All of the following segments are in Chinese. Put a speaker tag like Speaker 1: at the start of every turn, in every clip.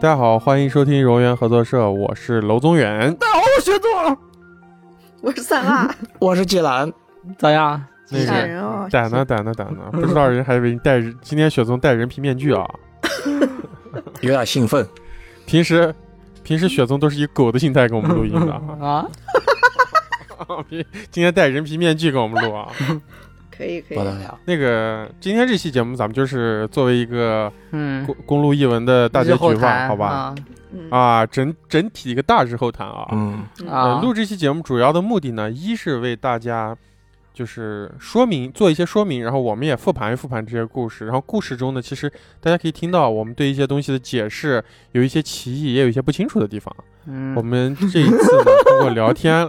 Speaker 1: 大家好，欢迎收听荣源合作社，我是娄宗远。
Speaker 2: 大家好，我学错了，
Speaker 3: 我是 散辣，
Speaker 2: 我是季兰，
Speaker 4: 咋样？
Speaker 1: 那
Speaker 3: 吓
Speaker 1: 个
Speaker 3: 人哦！
Speaker 1: 胆呢胆呢胆呢，不知道人还以为你戴人今天雪松戴人皮面具啊。
Speaker 2: 有点兴奋。
Speaker 1: 平时平时雪松都是以狗的心态给我们录音的啊，
Speaker 4: 啊，
Speaker 1: 今天戴人皮面具给我们录 啊。
Speaker 3: 可以可以
Speaker 2: 不，得了，
Speaker 1: 那个今天这期节目咱们就是作为一个
Speaker 4: 嗯
Speaker 1: 公，公路译文的大结
Speaker 4: 日后
Speaker 1: 局吧，
Speaker 4: 谈
Speaker 1: 好吧？
Speaker 4: 啊
Speaker 3: 嗯
Speaker 1: 啊，整整体一个大日后谈啊。
Speaker 2: 嗯，
Speaker 1: 呃，
Speaker 4: 啊，
Speaker 1: 录这期节目主要的目的呢，一是为大家就是说明做一些说明，然后我们也复盘一复盘这些故事。然后故事中呢，其实大家可以听到我们对一些东西的解释有一些歧义，也有一些不清楚的地方。
Speaker 4: 嗯
Speaker 1: 我们这一次呢，通过聊天，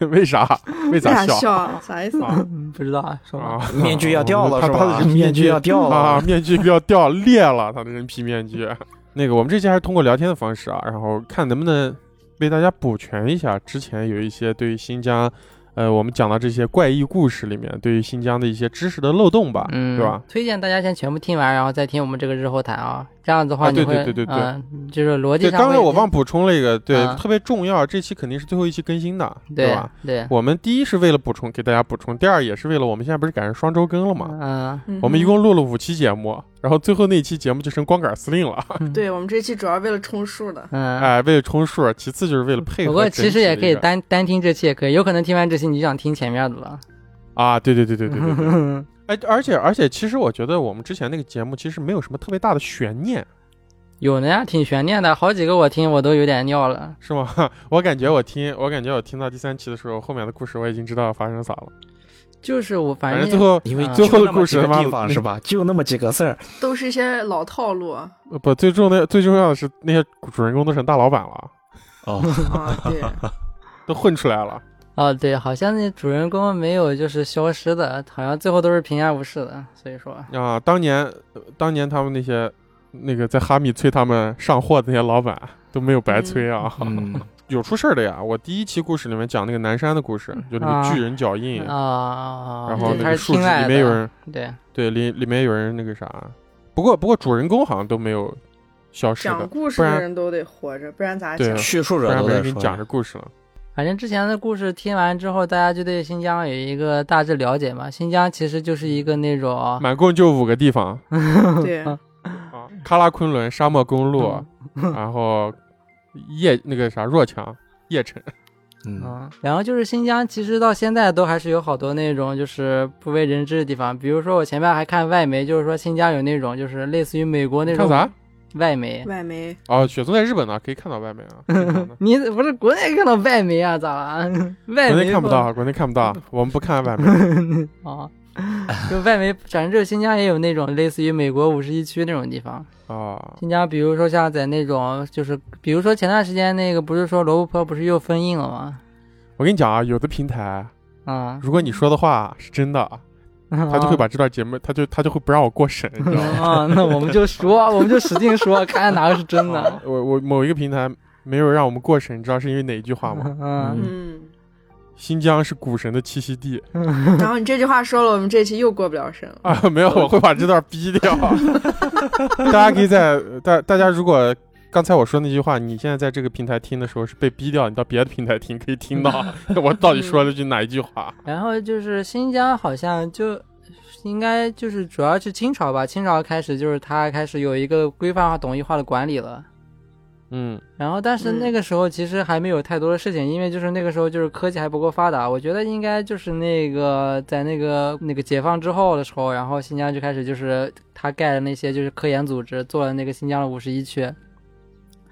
Speaker 1: 为啥为
Speaker 3: 为
Speaker 1: 啥
Speaker 3: 啥 笑？啥意思？
Speaker 1: 啊
Speaker 4: 不知道啊说 吧，
Speaker 1: 啊？
Speaker 2: 面具要掉了
Speaker 1: 他
Speaker 2: 是
Speaker 1: 他的
Speaker 2: 吧？
Speaker 1: 人
Speaker 2: 面具要掉
Speaker 1: 啊，
Speaker 2: 了，
Speaker 1: 面具要掉裂了，他的人皮面具。 那个，我们这期还是通过聊天的方式啊，然后看能不能为大家补全一下之前有一些对于新疆，呃，我们讲到这些怪异故事里面对于新疆的一些知识的漏洞吧，
Speaker 4: 嗯，
Speaker 1: 是吧？？
Speaker 4: 推荐大家先全部听完，然后再听我们这个日后谈啊，这样子的话
Speaker 1: 啊
Speaker 4: 你
Speaker 1: 对
Speaker 4: 会，
Speaker 1: 对对对对
Speaker 4: 嗯就是逻辑
Speaker 1: 对，
Speaker 4: 上会，
Speaker 1: 刚才我忘补充了一个，对，
Speaker 4: 啊
Speaker 1: 特别重要，这期肯定是最后一期更新的，
Speaker 4: 对
Speaker 1: 吧？
Speaker 4: 对，
Speaker 1: 我们第一是为了补充给大家补充，第二也是为了我们现在不是赶上双周更了嘛，
Speaker 4: 嗯，
Speaker 3: 嗯哼
Speaker 1: 我们一共录了五期节目，然后最后那期节目就成光杆司令了。
Speaker 3: 嗯对我们这期主要为了充数的，
Speaker 4: 嗯，
Speaker 1: 哎，为了充数，其次就是为了配合。
Speaker 4: 不过其实也可以
Speaker 1: 带
Speaker 4: 单单听这期也可以，有可能听完这期你就想听前面的了。
Speaker 1: 啊，对对对
Speaker 4: 嗯
Speaker 1: 对对对对。哎，而且而且，其实我觉得我们之前那个节目其实没有什么特别大的悬念，
Speaker 4: 有的呀，挺悬念的，好几个我听我都有点尿了。
Speaker 1: 是吗？ 我感觉我听，我感觉我听到第三期的时候，后面的故事我已经知道发生啥了。
Speaker 4: 就是我反
Speaker 1: 反
Speaker 4: 正
Speaker 1: 正最后
Speaker 2: 因为
Speaker 4: 啊
Speaker 2: 就
Speaker 1: 最后
Speaker 2: 那
Speaker 1: 的
Speaker 2: 么
Speaker 1: 故
Speaker 2: 几
Speaker 1: 事
Speaker 2: 个
Speaker 1: 他妈
Speaker 2: 地方是吧？嗯就那么几个事 儿，
Speaker 3: 都是一些老套路 啊。
Speaker 1: 呃不最重要最重要的是那些主人公都成大老板了，
Speaker 2: 哦，
Speaker 3: 啊 对，
Speaker 1: 都混出来了。
Speaker 4: 哦，对，好像那主人公没有就是消失的，好像最后都是平安无事的，所以说，
Speaker 1: 啊，当年呃当年他们那些那个在哈密催他们上货的那些老板都没有白催啊，
Speaker 2: 嗯，
Speaker 1: 有出事儿的呀。我第一期故事里面讲那个南山的故事，就那
Speaker 4: 啊
Speaker 1: 个巨人脚印，
Speaker 4: 啊，
Speaker 1: 然后
Speaker 4: 对
Speaker 1: 那
Speaker 4: 他
Speaker 1: 个
Speaker 4: 是
Speaker 1: 树枝
Speaker 4: 亲
Speaker 1: 里
Speaker 4: 爱的，
Speaker 1: 面有人，
Speaker 4: 对，
Speaker 1: 对，里里面有人那个啥，不过不过主人公好像都没有消失
Speaker 3: 讲
Speaker 1: 的，
Speaker 3: 故事
Speaker 1: 不然
Speaker 3: 的人都得活着，不然咋
Speaker 1: 对
Speaker 3: 讲？
Speaker 2: 叙述
Speaker 1: 不
Speaker 2: 者
Speaker 1: 然
Speaker 2: 都
Speaker 1: 没人
Speaker 2: 在
Speaker 1: 给你
Speaker 2: 说
Speaker 1: 讲这故事了。
Speaker 4: 反正之前的故事听完之后，大家就对新疆有一个大致了解嘛。新疆其实就是一个那种，
Speaker 1: 满共就五个地方
Speaker 3: 对，
Speaker 4: 嗯
Speaker 1: 啊，喀拉昆仑沙漠公路， 然后叶那个啥若强叶城，
Speaker 2: 嗯，
Speaker 4: 嗯，然后就是新疆，其实到现在都还是有好多那种就是不为人知的地方。比如说我前面还看外媒，就是说新疆有那种就是类似于美国那
Speaker 1: 看
Speaker 4: 种
Speaker 1: 啥？
Speaker 4: 外媒。
Speaker 3: 外媒
Speaker 1: 哦，雪松在日本呢，可以看到外面啊。可以 看到
Speaker 4: 你不是国内看到外媒啊？咋了？ 外
Speaker 1: 国
Speaker 4: 媒
Speaker 1: 内看不到，啊国内看不到，我们不看外面。
Speaker 4: 啊， 就外媒，反正就是新疆也有那种类似于美国五十一区那种地方。
Speaker 1: 啊。
Speaker 4: 新疆，比如说像在那种，就是比如说前段时间那个，不是说罗布泊不是又封印了吗？
Speaker 1: 我跟你讲啊，有的平台，
Speaker 4: 啊、
Speaker 1: 如果你说的话是真的，啊他
Speaker 4: 嗯
Speaker 1: 就会把这段节目，他就他就会不让我过审，你知道吗？
Speaker 4: 啊、那我们就说，我们就使劲说，看哪个是真
Speaker 1: 啊
Speaker 4: 的。嗯
Speaker 1: 我我某一个平台没有让我们过审，你知道是因为哪一句话吗？
Speaker 4: 嗯，
Speaker 3: 嗯，
Speaker 1: 新疆是股神的栖息地
Speaker 3: 然后你这句话说了，我们这期又过不了审了。
Speaker 1: 啊！没有，我会把这段逼 掉。大家可以在大大家如果刚才我说那句话，你现在在这个平台听的时候是被逼掉，你到别的平台听可以听到
Speaker 4: 嗯
Speaker 1: 我到底说了句哪一句话。
Speaker 4: 然后就是新疆好像就应该就是主要是清朝吧，清朝开始就是它开始有一个规范化、统一化的管理了。
Speaker 1: 嗯，
Speaker 4: 然后，但是
Speaker 3: 嗯
Speaker 4: 那个时候其实还没有太多的事情，因为就是那个时候就是科技还不够发达。我觉得应该就是那个在那个那个解放之后的时候，然后新疆就开始就是他盖了那些就是科研组织，做了那个新疆的五十一区，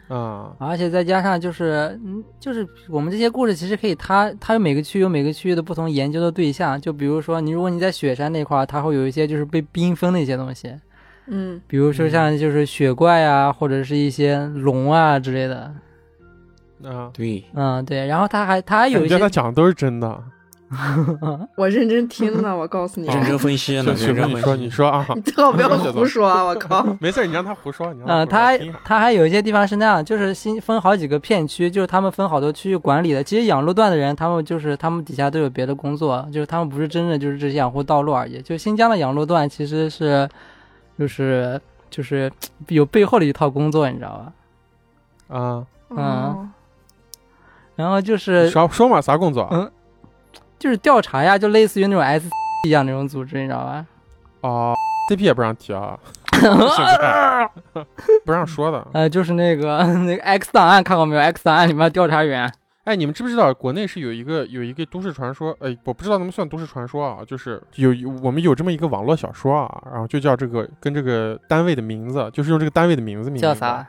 Speaker 1: 啊，
Speaker 4: 而且再加上就是嗯就是我们这些故事其实可以它它有每个区有每个区域的不同研究的对象，就比如说你如果你在雪山那块儿，它会有一些就是被冰封的一些东西，
Speaker 3: 嗯，
Speaker 4: 比如说像就是雪怪啊，或者是一些龙啊之类的。
Speaker 1: 啊，哎
Speaker 2: 对，
Speaker 4: 嗯，对，然后他还他还有
Speaker 1: 你
Speaker 4: 一
Speaker 1: 觉
Speaker 4: 些
Speaker 1: 得他讲的都是真的？
Speaker 3: 我认真听呢，我告诉你，
Speaker 1: 啊
Speaker 2: 认真分析呢，
Speaker 1: 雪雪
Speaker 2: 认
Speaker 1: 峰，
Speaker 2: 真
Speaker 1: 你
Speaker 2: 分
Speaker 1: 说
Speaker 2: 析，
Speaker 1: 你说 啊，
Speaker 3: 你最 好不要胡说啊，我靠！
Speaker 1: 没事儿，你让他胡说，你让
Speaker 4: 嗯，
Speaker 1: 胡说
Speaker 4: 它
Speaker 1: 我
Speaker 4: 还
Speaker 1: 听一下
Speaker 4: 它还有一些地方是那样，就是新分好几个片区，就是他们分好多区域管理的。其实养路段的人，他们就是他们底下都有别的工作，就是他们不是真的就是只养护道路而已。就新疆的养路段其实是，就是就是有背后的一套工作，你知道吧？
Speaker 1: 啊，
Speaker 3: 哦，
Speaker 4: 然后就是
Speaker 1: 说说嘛，啥工作？啊
Speaker 4: 嗯就是调查呀，就类似于那种 S 一样那种组织，你知道吧？
Speaker 1: 啊，CP 也不让提 啊，现在不让说的。
Speaker 4: 呃，就是那个 那个 X 档案看过没有？X 档案里面调查员，
Speaker 1: 哎，你们知不知道国内是有一个有一个都市传说？哎，我不知道能不能算都市传说啊，就是有我们有这么一个网络小说啊，然后就叫这个跟这个单位的名字，就是用这个单位的名字命名
Speaker 4: 叫
Speaker 1: 的
Speaker 4: 啥？？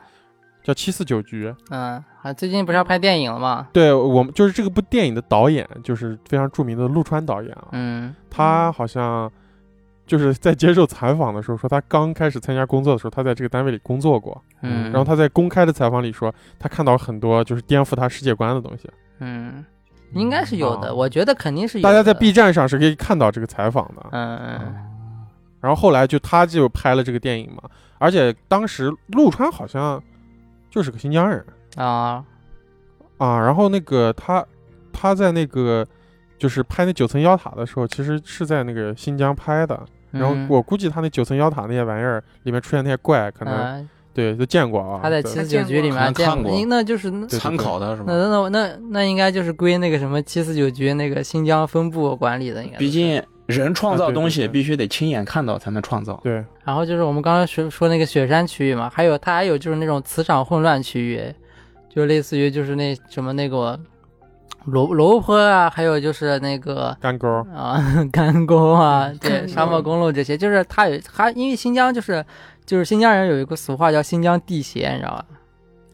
Speaker 1: 叫七四九局。
Speaker 4: 嗯，啊，最近不是要拍电影了吗？
Speaker 1: 对我们就是这个部电影的导演，就是非常著名的陆川导演啊，
Speaker 4: 嗯，
Speaker 1: 他好像就是在接受采访的时候说，他刚开始参加工作的时候，他在这个单位里工作过。
Speaker 4: 嗯
Speaker 1: 然后他在公开的采访里说，他看到很多就是颠覆他世界观的东西。
Speaker 4: 嗯，哦应该是有的，
Speaker 1: 啊
Speaker 4: 我觉得肯定是有的。
Speaker 1: 大家在 B 站上是可以看到这个采访的。
Speaker 4: 嗯嗯
Speaker 1: 然后后来就他就拍了这个电影嘛，而且当时陆川好像就是个新疆人
Speaker 4: 嗯啊，
Speaker 1: 啊。然后那个他他在那个就是拍那九层妖塔的时候，其实是在那个新疆拍的。然后
Speaker 4: 嗯
Speaker 1: 我估计他那九层妖塔那些玩意儿里面出现那些怪，可能、
Speaker 4: 嗯，
Speaker 1: 对都见过啊。
Speaker 4: 他在
Speaker 1: 对
Speaker 4: 七十九局里面
Speaker 2: 可能看
Speaker 4: 过
Speaker 2: 过，
Speaker 4: 应哎那就是那
Speaker 1: 对
Speaker 2: 参考的是吗？
Speaker 4: 那那那那应该就是归那个什么七四九局那个新疆分部管理的，应该是。
Speaker 2: 毕竟人创
Speaker 1: 啊
Speaker 2: 造
Speaker 1: 对对
Speaker 2: 东西
Speaker 1: 对
Speaker 2: 必须得亲眼看到才能创造。
Speaker 1: 对
Speaker 4: 然后就是我们刚刚说说那个雪山区域嘛，还有它还有就是那种磁场混乱区域，就类似于就是那什么那个罗罗布泊啊，还有就是那个
Speaker 1: 干沟儿
Speaker 4: 啊 干沟啊，
Speaker 3: 嗯干
Speaker 4: 对
Speaker 3: 沟
Speaker 4: 沙漠公路这些，就是它有它因为新疆就是就是新疆人有一个俗话叫新疆地邪，你知道吧？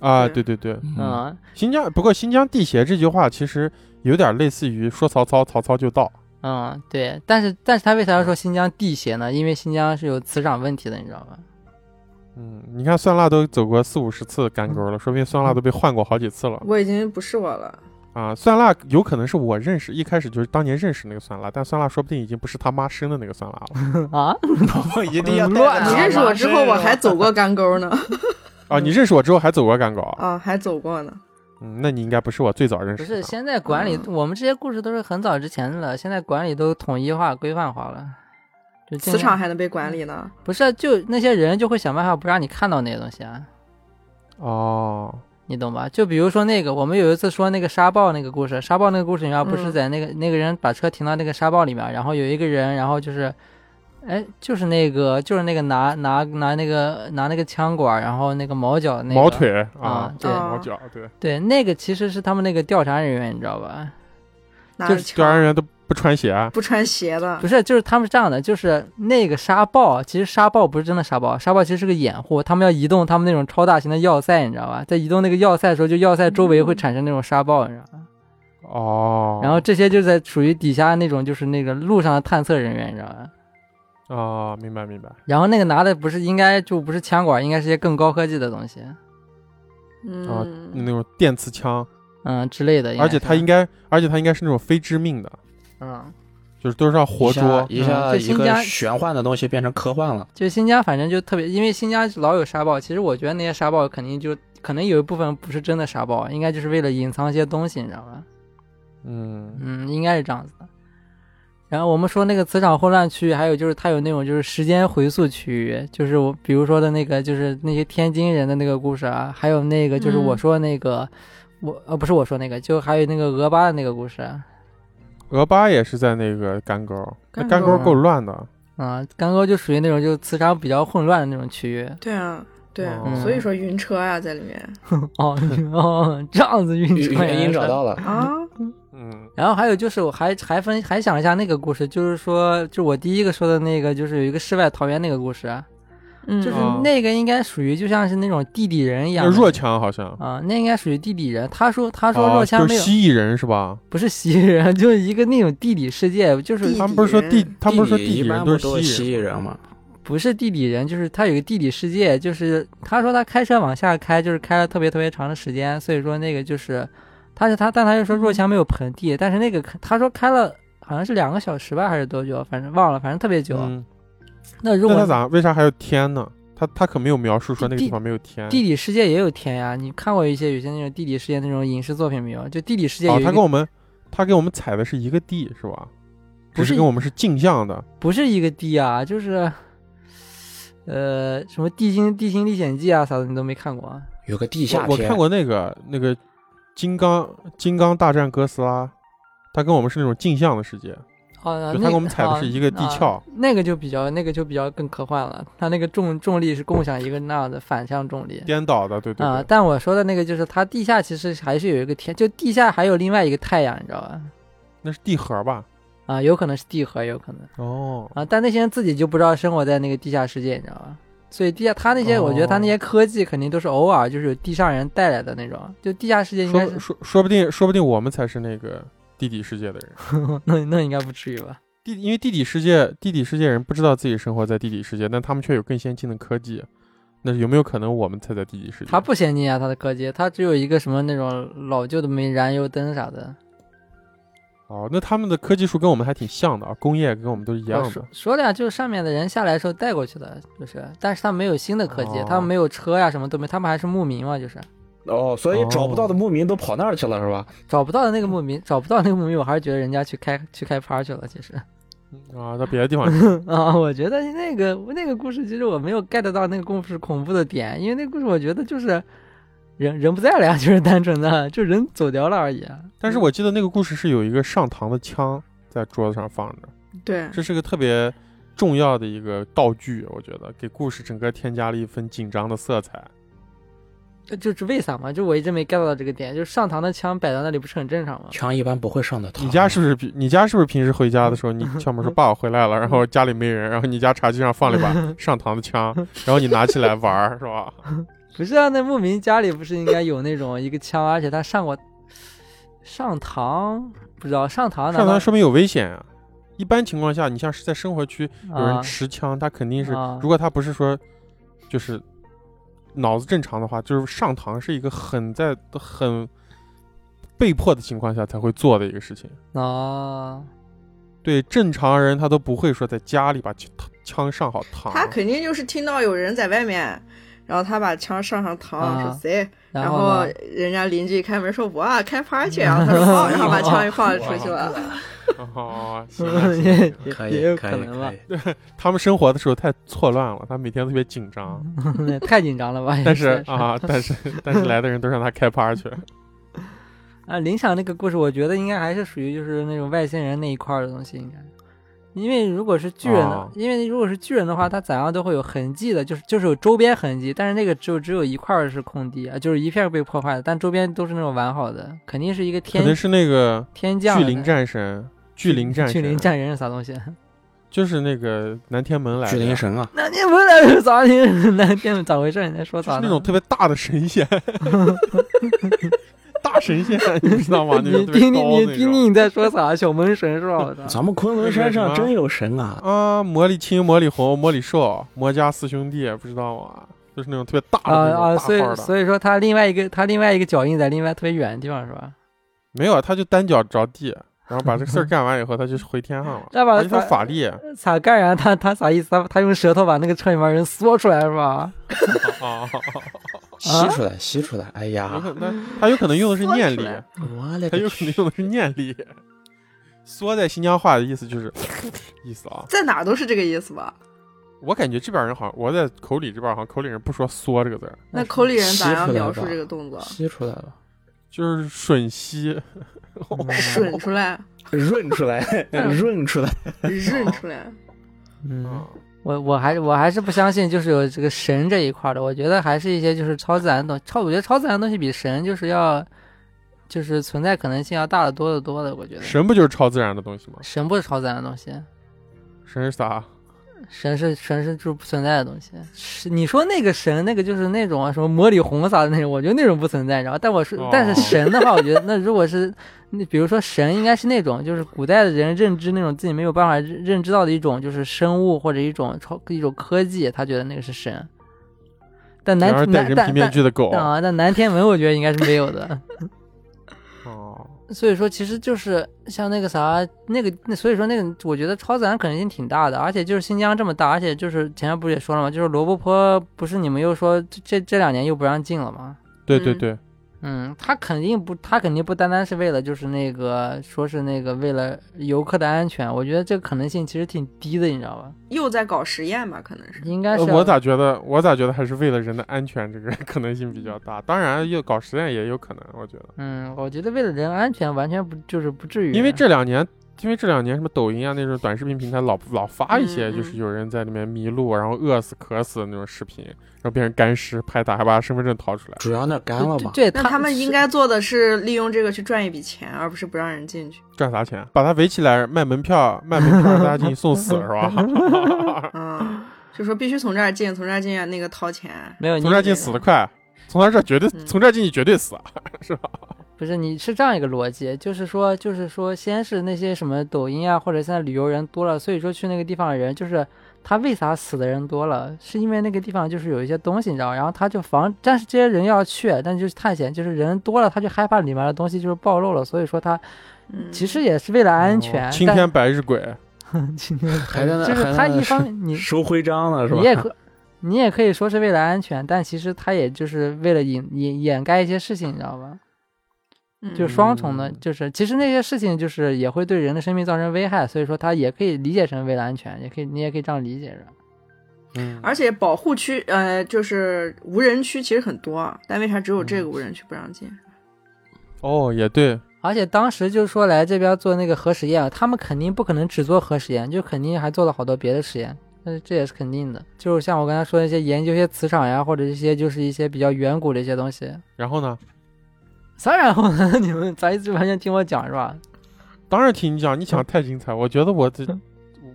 Speaker 1: 啊，对
Speaker 3: 对
Speaker 1: 对对，
Speaker 2: 嗯，
Speaker 4: 嗯
Speaker 1: 新疆不过新疆地邪这句话其实有点类似于说曹操，曹操就到。
Speaker 4: 嗯，对，但是但是他为啥要说新疆地邪呢？因为新疆是有磁场问题的，你知道吧？
Speaker 1: 嗯，你看酸辣都走过四五十次干沟
Speaker 4: 嗯
Speaker 1: 了，说不定酸辣都被换过好几次了
Speaker 3: 我已经不是我了。
Speaker 1: 啊！酸辣有可能是我认识，一开始就是当年认识那个酸辣，但酸辣说不定已经不是他妈生的那个酸辣了
Speaker 4: 啊，
Speaker 2: 我一定要
Speaker 4: 嗯
Speaker 2: 带
Speaker 4: 乱
Speaker 2: 着
Speaker 3: 你
Speaker 4: 啊
Speaker 2: 它
Speaker 3: 认识我之后，
Speaker 2: 往
Speaker 3: 我还
Speaker 2: 身
Speaker 3: 走过干沟呢，
Speaker 1: 啊！你认识我之后还走过干沟，
Speaker 3: 啊，还走过呢。
Speaker 1: 嗯，那你应该不是我最早认
Speaker 4: 哦不
Speaker 1: 识
Speaker 4: 是，
Speaker 1: 的。
Speaker 4: 现在管理、
Speaker 3: 嗯
Speaker 4: 我们这些故事都是很早之前的了，现在管理都统一化、规范化了。就尽
Speaker 3: 磁
Speaker 4: 量
Speaker 3: 场还能被管理呢？
Speaker 4: 不是，就那些人就会想办法不让你看到那些东西啊，
Speaker 1: 哦，
Speaker 4: 你懂吧？就比如说那个，我们有一次说那个沙暴那个故事，沙暴那个故事里面不是
Speaker 3: 嗯
Speaker 4: 在那个、那个人把车停到那个沙暴里面，然后有一个人，然后就是，哎，就是那个就是那个拿拿拿那个拿那个枪管，然后那个毛脚那个
Speaker 1: 毛腿啊
Speaker 4: 啊，对
Speaker 1: 毛脚，对，
Speaker 4: 对，那个其实是他们那个调查人员，你知道吧？
Speaker 3: 拿
Speaker 4: 就
Speaker 3: 着
Speaker 4: 是
Speaker 1: 调查
Speaker 3: 枪
Speaker 1: 人员都不穿鞋啊
Speaker 3: 不穿鞋的
Speaker 4: 不，是，就是他们是这样的，就是那个沙暴，其实沙暴不是真的沙暴，沙暴其实是个掩护，他们要移动他们那种超大型的要塞，你知道吧？在移动那个要塞的时候，就要塞周围会产生那种沙暴，你知道吧？
Speaker 1: 哦，
Speaker 4: 然后这些就在属于底下那种就是那个路上的探测人员，你知道吧？
Speaker 1: 哦，明白明白，
Speaker 4: 然后那个拿的不是应该就不是枪管，应该是些更高科技的东西，哦
Speaker 1: 啊
Speaker 3: 嗯，
Speaker 1: 那种电刺枪，
Speaker 4: 嗯之类的。
Speaker 1: 而且他应
Speaker 4: 该
Speaker 1: 该，而且他应该是那种非致命的，
Speaker 4: 是，嗯，
Speaker 1: 就是都是要活捉，
Speaker 2: 一下一下
Speaker 4: 嗯
Speaker 2: 一
Speaker 4: 就新疆
Speaker 2: 个玄幻的东西变成科幻 了。
Speaker 4: 就新疆反正就特别，因为新疆老有沙暴，其实我觉得那些沙暴肯定就可能有一部分不是真的沙暴，应该就是为了隐藏一些东西，你知道吧？
Speaker 1: 嗯，
Speaker 4: 嗯，应该是这样子的。然后我们说那个磁场混乱区域，还有就是它有那种就是时间回溯区域，就是我比如说的那个就是那些天津人的那个故事啊，还有那个就是我
Speaker 3: 嗯
Speaker 4: 说那个、我呃不是我说那个，就还有那个俄巴的那个故事啊，
Speaker 1: 俄巴也是在那个干沟，那
Speaker 3: 干
Speaker 1: 干
Speaker 3: 沟
Speaker 1: 沟够乱的，
Speaker 4: 嗯干沟就属于那种就磁场比较混乱的那种区域。
Speaker 3: 对啊，对啊
Speaker 1: 嗯，
Speaker 3: 所以说晕车啊，在里面
Speaker 4: 哦 哦，这样子晕车
Speaker 2: 原因找
Speaker 4: 了。
Speaker 2: 到了，
Speaker 3: 啊，
Speaker 1: 嗯
Speaker 4: 然后还有就是，我还还分还想一下那个故事，就是说，就我第一个说的那个，就是有一个世外桃源那个故事，啊
Speaker 3: 嗯，
Speaker 4: 就是
Speaker 1: 哦
Speaker 4: 那个应该属于就像是那种地底人一样
Speaker 1: 那
Speaker 4: 的
Speaker 1: 弱强好像，
Speaker 4: 啊、那应该属于地底人。他说他
Speaker 1: 他
Speaker 4: 说若羌
Speaker 1: 就是
Speaker 4: 没有、
Speaker 1: 蜥蜴人是吧？
Speaker 4: 不是蜥蜴人， 就是一个那种地底世界，就是
Speaker 3: 地
Speaker 1: 他们不是说地
Speaker 3: 地底人，
Speaker 1: 他们不是说
Speaker 2: 地
Speaker 1: 地
Speaker 2: 理
Speaker 1: 底
Speaker 2: 一
Speaker 1: 人
Speaker 2: 般不
Speaker 1: 是
Speaker 2: 都是蜥
Speaker 1: 蜴
Speaker 2: 蜴人嘛？
Speaker 4: 不是地底人，就是他有一个地底世界，就是他说他开车往下开，就是开了特别特别长的时间，所以说那个就是他是他，但他又说若羌没有盆地，但是那个他说开了好像是两个小时吧，还是多久，反正忘了，反正特别久。
Speaker 1: 嗯，
Speaker 4: 那如
Speaker 1: 那他
Speaker 4: 果
Speaker 1: 咋为啥还有天呢？他他可没有描述说那个
Speaker 4: 地
Speaker 1: 地方没有天。
Speaker 4: 地理世界也有天呀，你看过一些有些那种地理世界那种影视作品没有？就地理世界有
Speaker 1: 哦，
Speaker 4: 一
Speaker 1: 他
Speaker 4: 个
Speaker 1: 跟我们他给我们踩的是一个地是吧？
Speaker 4: 不
Speaker 1: 只
Speaker 4: 是
Speaker 1: 是跟我们是镜像的
Speaker 4: 不是一个地啊，就是，呃，什么《地心地心历险记》啊啥的，你都没看过啊？
Speaker 2: 有个地下
Speaker 1: 我我
Speaker 2: 天，
Speaker 1: 看过那个那个金刚金刚大战哥斯拉，它跟我们是那种镜像的世界，
Speaker 4: 哦，
Speaker 1: 就它
Speaker 4: 那
Speaker 1: 跟我们踩的是一个地
Speaker 4: 啊
Speaker 1: 壳。
Speaker 4: 那个就比较那个就比较更科幻了，它那个重重力是共享一个那样的反向重力。
Speaker 1: 颠倒的，对对
Speaker 4: 啊、
Speaker 1: 对，
Speaker 4: 但我说的那个就是它地下其实还是有一个天，就地下还有另外一个太阳，你知道吧？
Speaker 1: 那是地核吧？
Speaker 4: 啊、有可能是地核，有可能啊、
Speaker 1: 哦，
Speaker 4: 但那些人自己就不知道生活在那个地下世界，你知道吧？所以地下他那些，
Speaker 1: 哦
Speaker 4: 我觉得他那些科技肯定都是偶尔就是有地上人带来的那种，就地下世界应该
Speaker 1: 说
Speaker 4: 是，
Speaker 1: 说说不定说不定我们才是那个地底世界的人。
Speaker 4: 那那应该不至于吧？
Speaker 1: 地因为地底世界地底世界人不知道自己生活在地底世界，但他们却有更先进的科技。那有没有可能我们才在地底世界？
Speaker 4: 它不先进啊，它的科技，它只有一个什么那种老旧的煤燃油灯啥的。
Speaker 1: 哦，那他们的科技树跟我们还挺像的啊，工业跟我们都是一样
Speaker 4: 哦
Speaker 1: 的
Speaker 4: 说。说了呀，就是上面的人下来的时候带过去的，就是，但是他没有新的科技，
Speaker 1: 哦
Speaker 4: 他们没有车呀，什么都没，他们还是牧民嘛，就是
Speaker 2: 哦，所以找不到的牧民都跑那儿去了是吧？
Speaker 4: 找不到的那个牧民，找不到那个牧民，我还是觉得人家去开去开趴去了，其实
Speaker 1: 啊，到别的地方
Speaker 4: 啊，我觉得那个那个故事其实我没有 get 到那个故事恐怖的点，因为那个故事我觉得就是人人不在了呀，就是单纯的就人走掉了而已。啊
Speaker 1: 但是我记得那个故事是有一个上膛的枪在桌子上放着，
Speaker 3: 对，
Speaker 1: 这是个特别重要的一个道具，我觉得给故事整个添加了一份紧张的色彩。
Speaker 4: 就是为啥嘛？就我一直没 get 到这个点，就是上膛的枪摆在那里不是很正常吗？
Speaker 2: 枪一般不会上的膛。
Speaker 1: 你家是不是平？你家是不是平时回家的时候，你敲门说爸我回来了，然后家里没人，然后你家茶几上放了一把上膛的枪，然后你拿起来玩儿是吧？
Speaker 4: 不是啊，那牧民家里不是应该有那种一个枪，而且他上过上膛，不知道上膛难
Speaker 1: 上
Speaker 4: 道
Speaker 1: 膛说明有危险啊。一般情况下，你像是在生活区有人
Speaker 4: 啊
Speaker 1: 持枪，他肯定是
Speaker 4: 啊，
Speaker 1: 如果他不是说就是脑子正常的话，就是上膛是一个很在很被迫的情况下才会做的一个事情。
Speaker 4: 啊
Speaker 1: 对正常人，他都不会说在家里把枪枪上好膛。
Speaker 3: 他肯定就是听到有人在外面，然后他把枪上上膛，
Speaker 4: 啊
Speaker 3: 说谁？然
Speaker 4: 后 呢
Speaker 3: 人家邻居开门说哇开趴去，然啊后他说 放，然后把枪一放就出去了。
Speaker 1: 哦， 行了行了
Speaker 4: 也
Speaker 2: 可
Speaker 4: 也
Speaker 2: 以
Speaker 4: 也有
Speaker 2: 可
Speaker 4: 可
Speaker 2: 以
Speaker 4: 能吧
Speaker 2: 可以，
Speaker 1: 他们生活的时候太错乱了，他每天特别紧张。
Speaker 4: 那太紧张了吧？也
Speaker 1: 但
Speaker 4: 嗯是
Speaker 1: 是啊，但 是但是来的人都让他开趴去。
Speaker 4: 啊，林想那个故事，我觉得应该还是属于就是那种外星人那一块儿的东西，应该。因为如果是巨人的，
Speaker 1: 啊
Speaker 4: 因为如果是巨人的话，它怎样都会有痕迹的，就是就是有周边痕迹，但是那个只有只有一块儿是空地啊，就是一片儿被破坏的，但周边都是那种完好的，肯定是一个
Speaker 1: 可能
Speaker 4: 天
Speaker 1: 是那个
Speaker 4: 天降
Speaker 1: 巨
Speaker 4: 的
Speaker 1: 灵战神，巨灵战
Speaker 4: 巨灵
Speaker 1: 神，
Speaker 4: 战人是啥东西？
Speaker 1: 就是那个南天门来
Speaker 2: 巨
Speaker 1: 的呀
Speaker 2: 灵神啊，
Speaker 4: 那你不是咋你那天咋回事？你在说
Speaker 1: 就
Speaker 4: 啥
Speaker 1: 是
Speaker 4: 呢？
Speaker 1: 那种特别大的神 仙，大神仙，你知道 吗？那
Speaker 4: 你
Speaker 1: 种特别
Speaker 4: 听
Speaker 1: 高
Speaker 4: 听
Speaker 1: 那
Speaker 4: 你
Speaker 1: 种
Speaker 4: 听听你在说啥？小门神是吧？ 我操！
Speaker 2: 咱们昆仑山上真有神啊！
Speaker 1: 啊，魔力青、魔力红、魔力兽、魔家四兄弟，不知道吗？就是那种特别大
Speaker 4: 啊
Speaker 1: 的那种
Speaker 4: 啊，
Speaker 1: 大
Speaker 4: 所
Speaker 1: 号的，
Speaker 4: 以所以说他另外一个他另外一个脚印在另外特别远的地方是吧？
Speaker 1: 没有，他就单脚着地，然后把这个事儿干完以后，他就回天上了。
Speaker 4: 那
Speaker 1: 他
Speaker 4: 把
Speaker 1: 就说法 力，啊
Speaker 4: 咋干然他他啥意思？他他用舌头把那个车里面人缩出来是吧？
Speaker 1: 啊
Speaker 2: 吸出来，吸出来！哎
Speaker 1: 啊！有
Speaker 2: 呀，
Speaker 1: 可能他他有可能用的是念力
Speaker 3: 缩出，来
Speaker 2: 我勒
Speaker 1: 他有
Speaker 2: 个
Speaker 1: 可
Speaker 2: 去
Speaker 1: 能！用的是念力。缩在新疆话的意思就是意思啊，
Speaker 3: 在哪都是这个意思吧？
Speaker 1: 我感觉这边人好像我在口里这边好像口里人不说“缩”这个字儿，
Speaker 3: 那口里人咋
Speaker 2: 吸出来
Speaker 3: 样
Speaker 2: 了
Speaker 3: 描述
Speaker 2: 吧
Speaker 3: 这个动作？
Speaker 2: 吸出来了，
Speaker 1: 就是吮吸。嗯
Speaker 3: 吮出 来，
Speaker 2: 润出来， 润出来！
Speaker 3: 润出来。
Speaker 4: 嗯，
Speaker 1: 啊
Speaker 4: 我我还是我还是不相信，就是有这个神这一块的。我觉得还是一些就是超自然的东超，我觉得超自然的东西比神就是要就是存在可能性要大得多得多的。我觉得
Speaker 1: 神不就是超自然的东西吗？
Speaker 4: 神不是超自然的东西，
Speaker 1: 神是啥？
Speaker 4: 神是神是就是不存在的东西。是你说那个神，那个就是那种啊什么魔里红啥的那种，我觉得那种不存在，你知道吧？但我是、
Speaker 1: 哦
Speaker 4: 但是神的话，我觉得那如果是 那比如说神，应该是那种就是古代的人认知那种自己没有办法认认知到的一种就是生物或者一种超一种科技，他觉得那个是神。但
Speaker 1: 然而
Speaker 4: 南
Speaker 1: 戴
Speaker 4: 南
Speaker 1: 着
Speaker 4: 但
Speaker 1: 皮面具的狗
Speaker 4: 但。啊，但南天门我觉得应该是没有的。
Speaker 1: 哦，
Speaker 4: 所以说，其实就是像那个啥，那个那，所以说那个，我觉得超自然可能性挺大的，而且就是新疆这么大，而且就是前面不是也说了吗？就是罗布泊不是你们又说这这这两年又不让进了吗？
Speaker 1: 对对
Speaker 3: 嗯
Speaker 1: 对，
Speaker 4: 嗯，他肯定不，他肯定不单单是为了就是那个说是那个为了游客的安全，我觉得这个可能性其实挺低的，你知道吧？
Speaker 3: 又在搞实验吧？可能是
Speaker 4: 应该是、
Speaker 1: 呃我咋觉得，我咋觉得还是为了人的安全，这个可能性比较大。当然，又搞实验也有可能，我觉得，
Speaker 4: 嗯，我觉得为了人安全完全不就是不至于，
Speaker 1: 因为这两年，因为这两年什么抖音啊那种短视频平台老老发一些，
Speaker 3: 嗯嗯
Speaker 1: 就是有人在里面迷路，然后饿死、渴死的那种视频，然后变成干尸，拍打还把身份证掏出来。
Speaker 2: 主要那儿干了嘛，
Speaker 4: 啊对
Speaker 3: 那他们应该做的是利用这个去赚一笔钱，而不是不让人进去。
Speaker 1: 赚啥钱？啊把它围起来卖门票，卖门票让大家进去送死是吧？
Speaker 3: 嗯，就说必须从这儿进，从这儿进啊那个掏钱。
Speaker 4: 没有
Speaker 1: 从这儿
Speaker 4: 你
Speaker 1: 进死得快，从他这儿绝对，
Speaker 3: 嗯
Speaker 1: 从这儿进去绝对死。啊
Speaker 4: 不是你是这样一个逻辑，就是说就是说先是那些什么抖音啊，或者现在旅游人多了，所以说去那个地方的人就是他为啥死的人多了，是因为那个地方就是有一些东西，你知道吗，然后他就防，但是这些人要去，但就是探险，就是人多了他就害怕里面的东西就是暴露了，所以说他
Speaker 3: 嗯，
Speaker 4: 其实也是为了安全。
Speaker 1: 哦青
Speaker 4: 哎但
Speaker 1: 天白日鬼，
Speaker 4: 今 天
Speaker 2: 还在那
Speaker 4: 就是
Speaker 2: 还在
Speaker 4: 他
Speaker 2: 那
Speaker 4: 一方面你
Speaker 2: 收徽章呢是吧
Speaker 4: 你？也可你也可以说是为了安全，但其实他也就是为了掩掩掩盖一些事情，你知道吧？
Speaker 3: 嗯
Speaker 4: 就是双重的
Speaker 2: 嗯，
Speaker 4: 就是其实那些事情就是也会对人的生命造成危害，所以说他也可以理解成为了安全，也可以你也可以这样理解着。
Speaker 1: 嗯，
Speaker 3: 而且保护区呃，就是无人区其实很多啊，但为啥只有这个无人区不让进？
Speaker 1: 哦也对，
Speaker 4: 而且当时就是说来这边做那个核实验，啊他们肯定不可能只做核实验，就肯定还做了好多别的实验，但是这也是肯定的。就是像我刚才说的一些研究一些磁场呀，或者一些就是一些比较远古的一些东西。
Speaker 1: 然后呢？
Speaker 4: 啥然后呢？ 你们咱一直完全听我讲是吧？
Speaker 1: 当然听你讲，你讲得太精彩，我觉得我这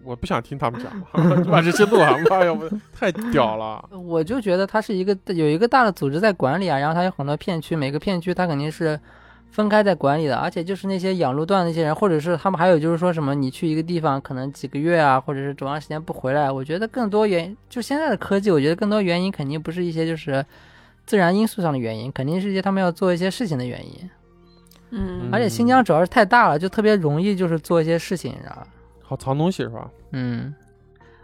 Speaker 1: 我不想听他们讲， 你把这些录完吧，要不太屌了。
Speaker 4: 我就觉得它是一个有一个大的组织在管理啊，然后它有很多片区，每个片区它肯定是分开在管理的，而且就是那些养路段那些人，或者是他们还有就是说什么你去一个地方可能几个月啊，或者是多长时间不回来，我觉得更多原就现在的科技，我觉得更多原因肯定不是一些就是自然因素上的原因，肯定是一些他们要做一些事情的原因，
Speaker 3: 嗯
Speaker 4: 而且新疆主要是太大了，就特别容易就是做一些事情，你知道吧？
Speaker 1: 好藏东西是吧？
Speaker 4: 嗯，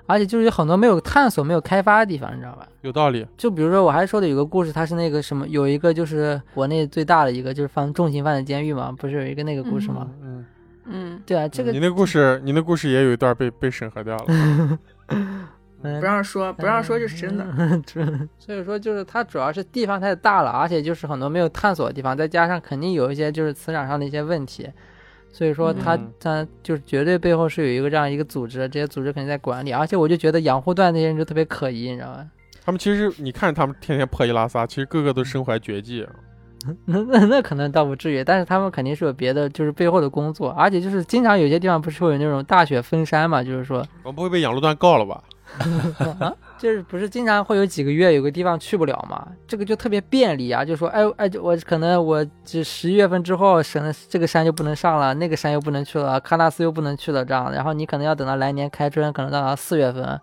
Speaker 4: 而且就是有很多没有探索、没有开发的地方，你知道吧？
Speaker 1: 有道理。
Speaker 4: 就比如说，我还说的有个故事，它是那个什么，有一个就是国内最大的一个，就是放重刑犯的监狱嘛，不是有一个那个故事吗？
Speaker 1: 嗯，
Speaker 3: 嗯，
Speaker 4: 对啊，啊这个
Speaker 1: 你那故事，你那故事也有一段被被审核掉了。
Speaker 4: 嗯
Speaker 3: 不让说，不让说就是真的。
Speaker 4: 所以说 就是它主要是地方太大了，而且就是很多没有探索的地方，再加上肯定有一些就是磁场上的一些问题，所以说它
Speaker 1: 嗯
Speaker 4: 它就是绝对背后是有一个这样一个组织，这些组织肯定在管理，而且我就觉得养护段那些人就特别可疑，你知道吧？
Speaker 1: 他们其实你看他们天天破衣拉撒，其实个个都身怀绝技。啊
Speaker 4: 那那那可能倒不至于，但是他们肯定是有别的，就是背后的工作，而且就是经常有些地方不是会有那种大雪封山嘛，就是说，
Speaker 1: 我们不会被养路段告了吧？
Speaker 4: 啊就是不是经常会有几个月有个地方去不了嘛，这个就特别便利啊，就说哎哎，我可能我这十一月份之后，省了这个山就不能上了，那个山又不能去了，喀纳斯又不能去了这样，然后你可能要等到来年开春，可能到四月份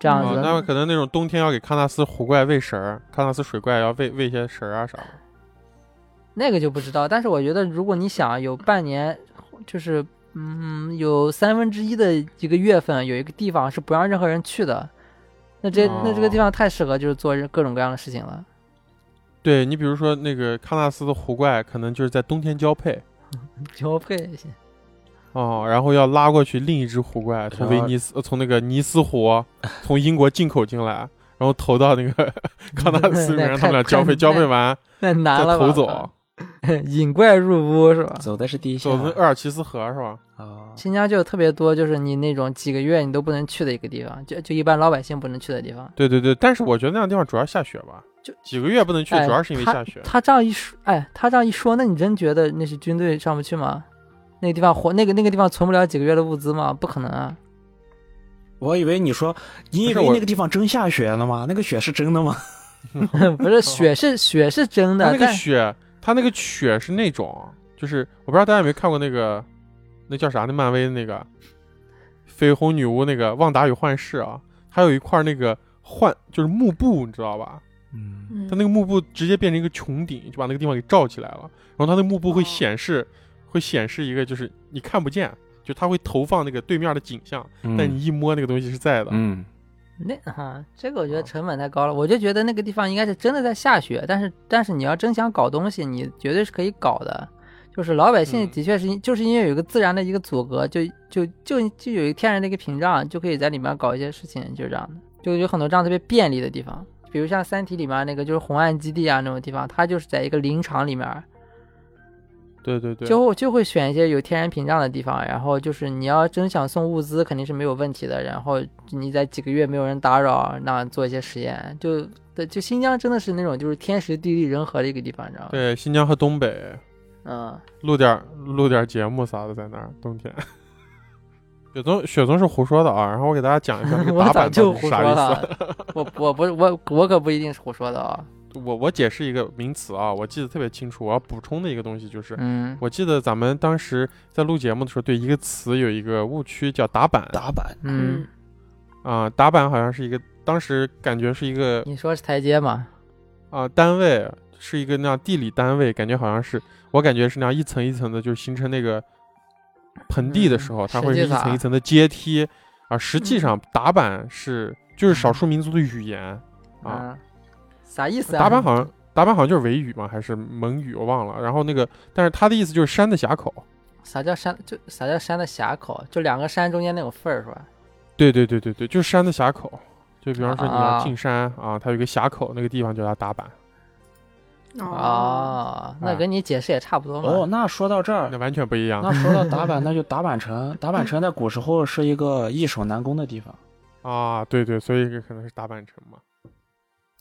Speaker 4: 这样
Speaker 1: 哦
Speaker 4: 子，，
Speaker 1: 那可能那种冬天要给喀纳斯湖怪喂食儿，喀纳斯水怪要喂喂一些食儿啊啥的。
Speaker 4: 那个就不知道，但是我觉得，如果你想有半年，就是嗯，有三分之一的一个月份，有一个地方是不让任何人去的，那这、
Speaker 1: 哦
Speaker 4: 那这个地方太适合就是做各种各样的事情了。
Speaker 1: 对你比如说那个喀纳斯的湖怪，可能就是在冬天交配。
Speaker 4: 交 配也行，
Speaker 1: 哦，然后要拉过去另一只湖怪，从威尼斯，呃从那个尼斯 湖，从英国进口进来，然后投到那个康纳斯里面，
Speaker 4: 那
Speaker 1: 让他们俩
Speaker 4: 太
Speaker 1: 交配，
Speaker 4: 太
Speaker 1: 交配完
Speaker 4: 那
Speaker 1: 再
Speaker 4: 难了吧？
Speaker 1: 投走，
Speaker 4: 引怪入屋是吧？
Speaker 2: 走的是地下
Speaker 1: 走那厄尔齐斯河是吧？
Speaker 2: 啊，
Speaker 4: 新疆就有特别多，就是你那种几个月你都不能去的一个地方，就就一般老百姓不能去的地方。
Speaker 1: 对对对，但是我觉得那样地方主要下雪吧，
Speaker 4: 就
Speaker 1: 几个月不能去，
Speaker 4: 哎
Speaker 1: 主要是因为下雪。
Speaker 4: 他这样一说，哎，他这样一说，那你真觉得那是军队上不去吗？那个地方活，那个那个地方存不了几个月的物资吗？不可能啊！
Speaker 2: 我以为你说，你
Speaker 1: 不
Speaker 2: 以
Speaker 1: 是
Speaker 2: 为
Speaker 1: 我
Speaker 2: 那个地方真下雪了吗？那个雪是真的吗？
Speaker 4: 不是雪是雪是真
Speaker 1: 它
Speaker 4: 的
Speaker 1: 那，个
Speaker 4: 但
Speaker 1: 雪，它那个雪是那种，就是我不知道大家有没有看过那个，那叫啥？那漫威的那个绯红女巫那个《旺达与幻视》啊，还有一块那个幻就是幕布，你知道吧？
Speaker 2: 嗯，
Speaker 3: 嗯
Speaker 1: 它那个幕布直接变成一个穹顶，就把那个地方给罩起来了。然后它的幕布会
Speaker 3: 哦
Speaker 1: 显示，会显示一个就是你看不见，就它会投放那个对面的景象，但
Speaker 2: 嗯
Speaker 1: 你一摸那个东西是在的。
Speaker 2: 嗯，
Speaker 4: 那哈，这个我觉得成本太高了，我就觉得那个地方应该是真的在下雪，但是但是你要真想搞东西，你绝对是可以搞的。就是老百姓
Speaker 1: 嗯
Speaker 4: 的确是因、就是因为有一个自然的一个阻隔，就就就就有一个天然的一个屏障，就可以在里面搞一些事情，就是这样的。就有很多这样特别便利的地方，比如像《三体》里面那个就是红岸基地啊那种地方，它就是在一个林场里面，
Speaker 1: 对对对，
Speaker 4: 就就会选一些有天然屏障的地方，然后就是你要真想送物资，肯定是没有问题的。然后你在几个月没有人打扰，那做一些实验，就对，就新疆真的是那种就是天时地利人和的一个地方，你知道吗？
Speaker 1: 对新疆和东北
Speaker 4: 嗯，
Speaker 1: 录点儿录点儿节目啥的，在那儿冬天。 雪松，雪松是胡说的啊！然后我给大家讲一下这个
Speaker 4: 我
Speaker 1: 打
Speaker 4: 早
Speaker 1: 板到
Speaker 4: 就
Speaker 1: 底
Speaker 4: 胡
Speaker 1: 是
Speaker 4: 说
Speaker 1: 啥意思。
Speaker 4: 了，我我不是我我可不一定是胡说的 啊、
Speaker 1: 我我解释一个名词啊，我记得特别清楚。我要补充的一个东西就是，
Speaker 4: 嗯，
Speaker 1: 我记得咱们当时在录节目的时候，对一个词有一个误区，叫打板
Speaker 2: 打板
Speaker 4: 嗯，
Speaker 1: 啊、打板好像是一个当时感觉是一个
Speaker 4: 你说是台阶嘛？
Speaker 1: 啊、单位，是一个那样地理单位，感觉好像是我感觉是那样一层一层的，就是形成那个盆地的时候，
Speaker 4: 嗯
Speaker 1: 它
Speaker 4: 实
Speaker 1: 会
Speaker 4: 际
Speaker 1: 是一
Speaker 4: 上
Speaker 1: 层一层的阶梯啊。实际上，
Speaker 4: 嗯
Speaker 1: 打板是就是少数民族的语言啊。
Speaker 4: 嗯，啥意思啊？
Speaker 1: 打板好像打板好像就是维语嘛，还是蒙语，我忘了。然后那个，但是它的意思就是山的峡口。
Speaker 4: 啥叫山？就啥叫山的峡口？就两个山中间那种缝儿是吧？
Speaker 1: 对对对对对，就是山的峡口。就比方说你要
Speaker 4: 啊
Speaker 1: 进山啊它有一个峡口，那个地方就叫打板，
Speaker 4: 嗯
Speaker 3: 哦，
Speaker 4: 哦，
Speaker 1: 哎
Speaker 4: 那跟你解释也差不多嘛。
Speaker 2: 哦，那说到这儿
Speaker 1: 那，完全不一样
Speaker 2: 那说到打板，那就打板城。打板城在古时候是一个易守难攻的地方。
Speaker 1: 啊！对对，所以这可能是打板城嘛，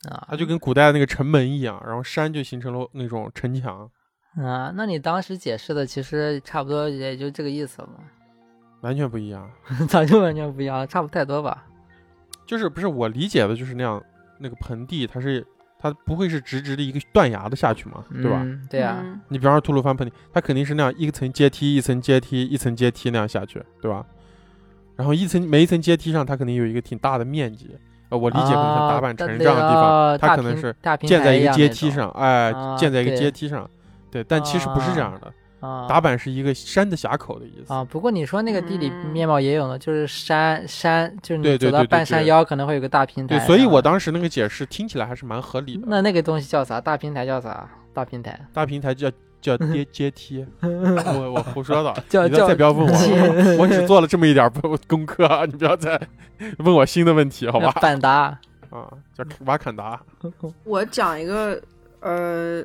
Speaker 4: 啊，
Speaker 1: 它就跟古代的那个城门一样，然后山就形成了那种城墙，
Speaker 4: 啊，那你当时解释的其实差不多也就这个意思嘛，
Speaker 1: 完全不一样。
Speaker 4: 早就完全不一样了，差不太多吧？
Speaker 1: 就是不是我理解的，就是那样那个盆地，它是它不会是直直的一个断崖的下去嘛，对吧？
Speaker 4: 嗯？对啊，
Speaker 3: 嗯
Speaker 1: 你比方说吐鲁番盆地，它肯定是那样一层阶梯一层阶梯一层阶梯那样下去，对吧？然后一层每一层阶梯上，它肯定有一个挺大的面积。呃，我理解可能像
Speaker 4: 啊
Speaker 1: 打板城
Speaker 4: 但
Speaker 1: 这样的地
Speaker 4: 那
Speaker 1: 方，
Speaker 4: 个
Speaker 1: 它
Speaker 4: 啊大
Speaker 1: 可能
Speaker 4: 平
Speaker 1: 是
Speaker 4: 大哦平
Speaker 1: 建在
Speaker 4: 台
Speaker 1: 一个
Speaker 4: 样
Speaker 1: 阶
Speaker 4: 那
Speaker 1: 梯
Speaker 4: 种
Speaker 1: 上，哎，
Speaker 4: 啊
Speaker 1: 建在一个
Speaker 4: 对
Speaker 1: 阶梯上，对，但其实不是这样的。
Speaker 4: 啊。
Speaker 1: 打板是一个山的峡口的意思。
Speaker 4: 啊，不过你说那个地理
Speaker 3: 嗯
Speaker 4: 面貌也有呢，就是山山，就是
Speaker 1: 对
Speaker 4: 你
Speaker 1: 对
Speaker 4: 走到
Speaker 1: 对对
Speaker 4: 半
Speaker 1: 对
Speaker 4: 山腰可能会有个大平台
Speaker 1: 对
Speaker 4: 是吧。，
Speaker 1: 所以我当时那个解释听起来还是蛮合理的。
Speaker 4: 那那个东西叫啥？大平台叫啥？大 平台
Speaker 1: 大平台叫叫阶阶梯，我我胡 说的，
Speaker 4: 叫
Speaker 1: 你再
Speaker 4: 嗯叫
Speaker 1: 再不要问我了，
Speaker 4: 切
Speaker 1: 我只做了这么一点儿不功课啊，你不要再 问我新的问题，好吧？
Speaker 4: 那 板达，
Speaker 1: 啊，叫瓦坎达，
Speaker 3: 我讲一个呃，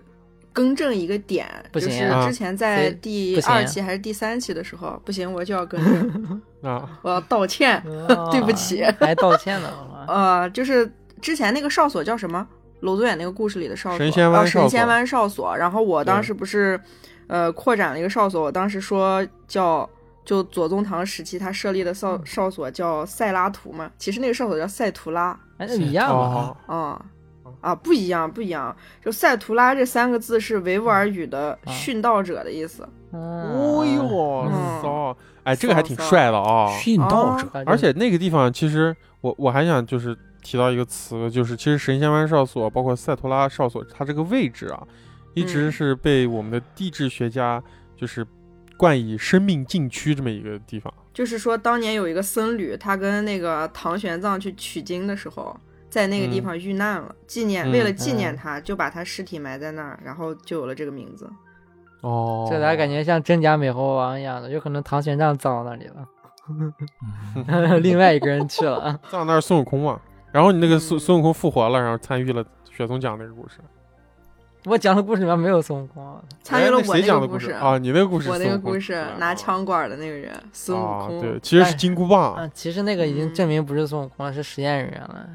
Speaker 3: 更正一个点，
Speaker 4: 不行
Speaker 3: 就是
Speaker 1: 啊
Speaker 3: 之前在
Speaker 4: 谁
Speaker 3: 第
Speaker 4: 不行
Speaker 3: 二期还是第三期的时候，不行，我就要更正，
Speaker 1: 啊，
Speaker 3: 我要道歉， 对不起
Speaker 4: 啊，还道歉呢。
Speaker 3: 呃，就是之前那个哨所叫什么？娄宗远那个故事里的哨所，
Speaker 1: 神仙湾
Speaker 3: 啊
Speaker 1: 哨所
Speaker 3: 神仙湾哨所。然后我当时不是，呃，扩展了一个哨所，我当时说叫就左宗棠时期他设立的
Speaker 1: 嗯
Speaker 3: 哨哨所叫塞拉图嘛，其实那个哨所叫塞图拉
Speaker 4: 哎，那一样嘛。
Speaker 1: 哦，
Speaker 3: 啊、啊，不一样，不一样。就塞图拉这三个字是维吾尔语的
Speaker 1: 嗯
Speaker 4: 啊
Speaker 3: 殉道者的意思。
Speaker 1: 哦
Speaker 4: 哦
Speaker 1: 呦，
Speaker 3: 嗯
Speaker 1: 骚，哎，这
Speaker 3: 骚
Speaker 1: 个还挺帅的啊，
Speaker 2: 殉道
Speaker 5: 哦
Speaker 2: 者，
Speaker 1: 而且那个地方其实我我还想就是提到一个词，就是其实神仙湾哨所包括塞图拉哨所，它这个位置啊，一直
Speaker 3: 嗯
Speaker 1: 是被我们的地质学家就是冠以生命禁区这么一个地方。
Speaker 3: 就是说，当年有一个僧侣，他跟那个唐玄奘去取经的时候，在那个地方遇难了，纪念
Speaker 1: 嗯
Speaker 3: 为了纪念他，就把他尸体埋在那儿，然后就有了这个名字。
Speaker 1: 哦，
Speaker 4: 这咋感觉像真假美猴王一样的？有可能唐玄奘葬到那里了，另外一个人去了。
Speaker 1: 葬那儿孙悟空嘛？然后你那个孙
Speaker 3: 嗯
Speaker 1: 孙悟空复活了，然后参与了雪松讲那个故事，
Speaker 4: 我讲的故事里面没有孙悟空，
Speaker 3: 参与了
Speaker 1: 哎那
Speaker 3: 我
Speaker 1: 谁
Speaker 3: 那
Speaker 1: 讲
Speaker 3: 个
Speaker 1: 的
Speaker 3: 故
Speaker 1: 故
Speaker 3: 事，
Speaker 1: 啊？你那个故事，
Speaker 3: 我那
Speaker 1: 孙
Speaker 3: 个
Speaker 1: 悟空
Speaker 3: 故事
Speaker 1: 讲的
Speaker 3: 拿
Speaker 1: 啊
Speaker 3: 枪管的那个人孙悟
Speaker 1: 啊，
Speaker 3: 空，
Speaker 1: 对，其实是
Speaker 4: 哎
Speaker 1: 金箍棒，
Speaker 4: 啊，其实那个已经证明不是孙悟空了，是实验人员了。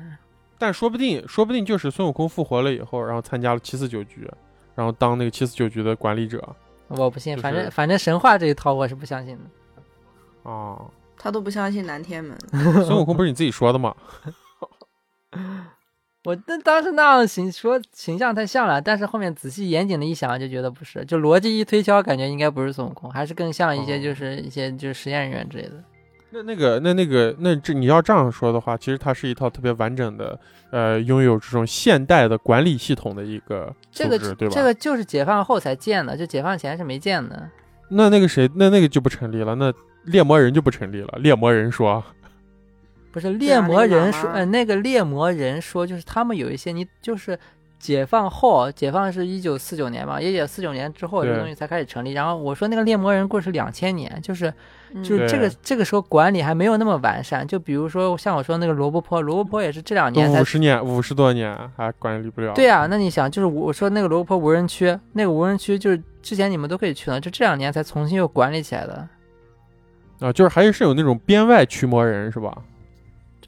Speaker 1: 但说不定，说不定就是孙悟空复活了以后，然后参加了七四九局，然后当那个七四九局的管理者
Speaker 4: 我不信，
Speaker 1: 就是
Speaker 4: 反正反正神话这一套我是不相信的。
Speaker 1: 啊。
Speaker 3: 他都不相信南 天门。
Speaker 1: 孙悟空不是你自己说的吗？
Speaker 4: 我那当时那样形说形象太像了，但是后面仔细严谨的一想，就觉得不是，就逻辑一推敲，感觉应该不是孙悟空，还是更像一些
Speaker 1: 哦
Speaker 4: 就是一些就是实验人员之类的。
Speaker 1: 那那个那那个那这你要这样说的话，其实它是一套特别完整的，呃，拥有这种现代的管理系统的一个
Speaker 4: 这
Speaker 1: 组
Speaker 4: 个
Speaker 1: 织，对吧？
Speaker 4: 这个就是解放后才建的，就解放前是没建的。
Speaker 1: 啊那那个谁，那那个就不成立了，那猎魔人就不成立了。猎魔人说，
Speaker 4: 不是猎魔人说，
Speaker 3: 那个喇嘛
Speaker 4: 呃，那个猎魔人说，就是他们有一些，你就是解放后，解放是一九四九年嘛，一九四九年之后这
Speaker 1: 对
Speaker 4: 个东西才开始成立。然后我说那个猎魔人过去是两千年，就是
Speaker 3: 嗯
Speaker 4: 就是这个
Speaker 1: 对
Speaker 4: 这个时候管理还没有那么完善。就比如说像我说那个罗布泊，罗布泊也是这两年才
Speaker 1: 五十年五十多年还管理不了。
Speaker 4: 对啊，那你想，就是我说那个罗布泊无人区，那个无人区就是之前你们都可以去的，就这两年才重新又管理起来的。
Speaker 1: 啊，就是还是有那种编外驱魔人是吧？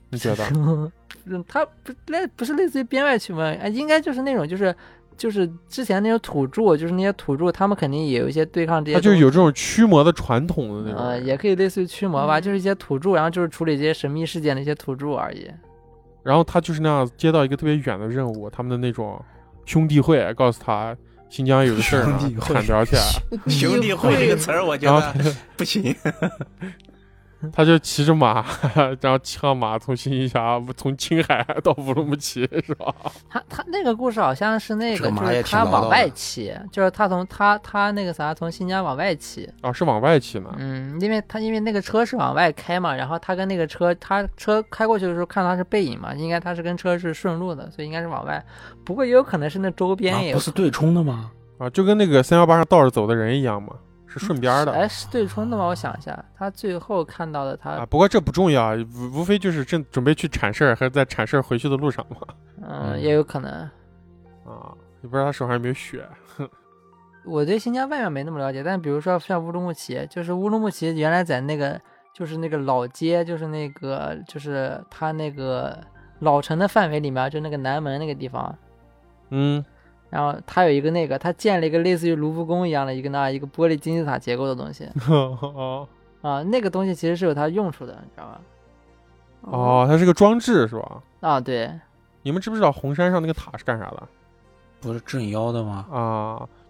Speaker 1: 你觉得？
Speaker 4: 嗯，它不类不是类似于编外区吗？哎，应该就是那种就是就是之前那种土著，就是那些土著，他们肯定也有一些对抗这些
Speaker 1: 他啊就
Speaker 4: 东西，
Speaker 1: 是有这种驱魔的传统的那种
Speaker 4: 呃，
Speaker 1: 人。
Speaker 4: 也可以类似于驱魔吧，
Speaker 3: 嗯
Speaker 4: 就是一些土著，然后就是处理这些神秘事件的一些土著而已。
Speaker 1: 然后他就是那样接到一个特别远的任务，他们的那种兄弟会告诉他新疆有个事儿呢
Speaker 2: 兄弟，会
Speaker 1: 砍掉去。
Speaker 5: 兄弟会这个词儿，我觉
Speaker 1: 啊然后
Speaker 5: 得
Speaker 1: 他就
Speaker 5: 不
Speaker 2: 啊
Speaker 5: 行。
Speaker 1: 他就骑着马， 然后骑上马从新峡从青海 到乌鲁木齐是吧？
Speaker 4: 他他那个故事好像是那
Speaker 5: 这
Speaker 4: 个，
Speaker 5: 个
Speaker 4: 就
Speaker 5: 马
Speaker 4: 是
Speaker 5: 也挺
Speaker 4: 他
Speaker 5: 唠叨
Speaker 4: 往
Speaker 5: 的
Speaker 4: 外骑，就是他从他他那个啥从新疆往外骑，
Speaker 1: 啊，是往外骑呢。
Speaker 4: 嗯，因为他因为那个车是往外开嘛，然后他跟那个车，他车开过去的时候看他是背影嘛，应该他是跟车是顺路的，所以应该是往外。不过也有可能是那周边也
Speaker 2: 不
Speaker 4: 有，
Speaker 2: 是对冲的吗？
Speaker 1: 啊，就跟那个三幺八上倒着走的人一样嘛，是顺边儿的。
Speaker 4: 哎，是对冲的吗？我想一下，他最后看到的他，
Speaker 1: 啊，不过这不重要，无无非就是正准备去铲事儿，还是在铲事儿回去的路上嘛。
Speaker 4: 嗯，
Speaker 1: 嗯
Speaker 4: 也有可能。
Speaker 1: 啊，也不知道他手上有没有血。
Speaker 4: 我对新疆外面没那么了解，但比如说像乌鲁木齐，就是乌鲁木齐原来在那个就是那个老街，就是那个就是它那个老城的范围里面，就那个南门那个地方，
Speaker 1: 嗯，
Speaker 4: 然后它有一个那个，它建了一个类似于卢浮宫一样的一个那一个玻璃金字塔结构的 东西
Speaker 1: 哦
Speaker 4: 啊，那个东西其实是有它用处的，你知道吧？
Speaker 1: 哦，它是个装置是吧？
Speaker 4: 啊，对，
Speaker 1: 你们知不知道红山上那个塔是干啥的？
Speaker 2: 不是镇妖的吗？
Speaker 1: 啊，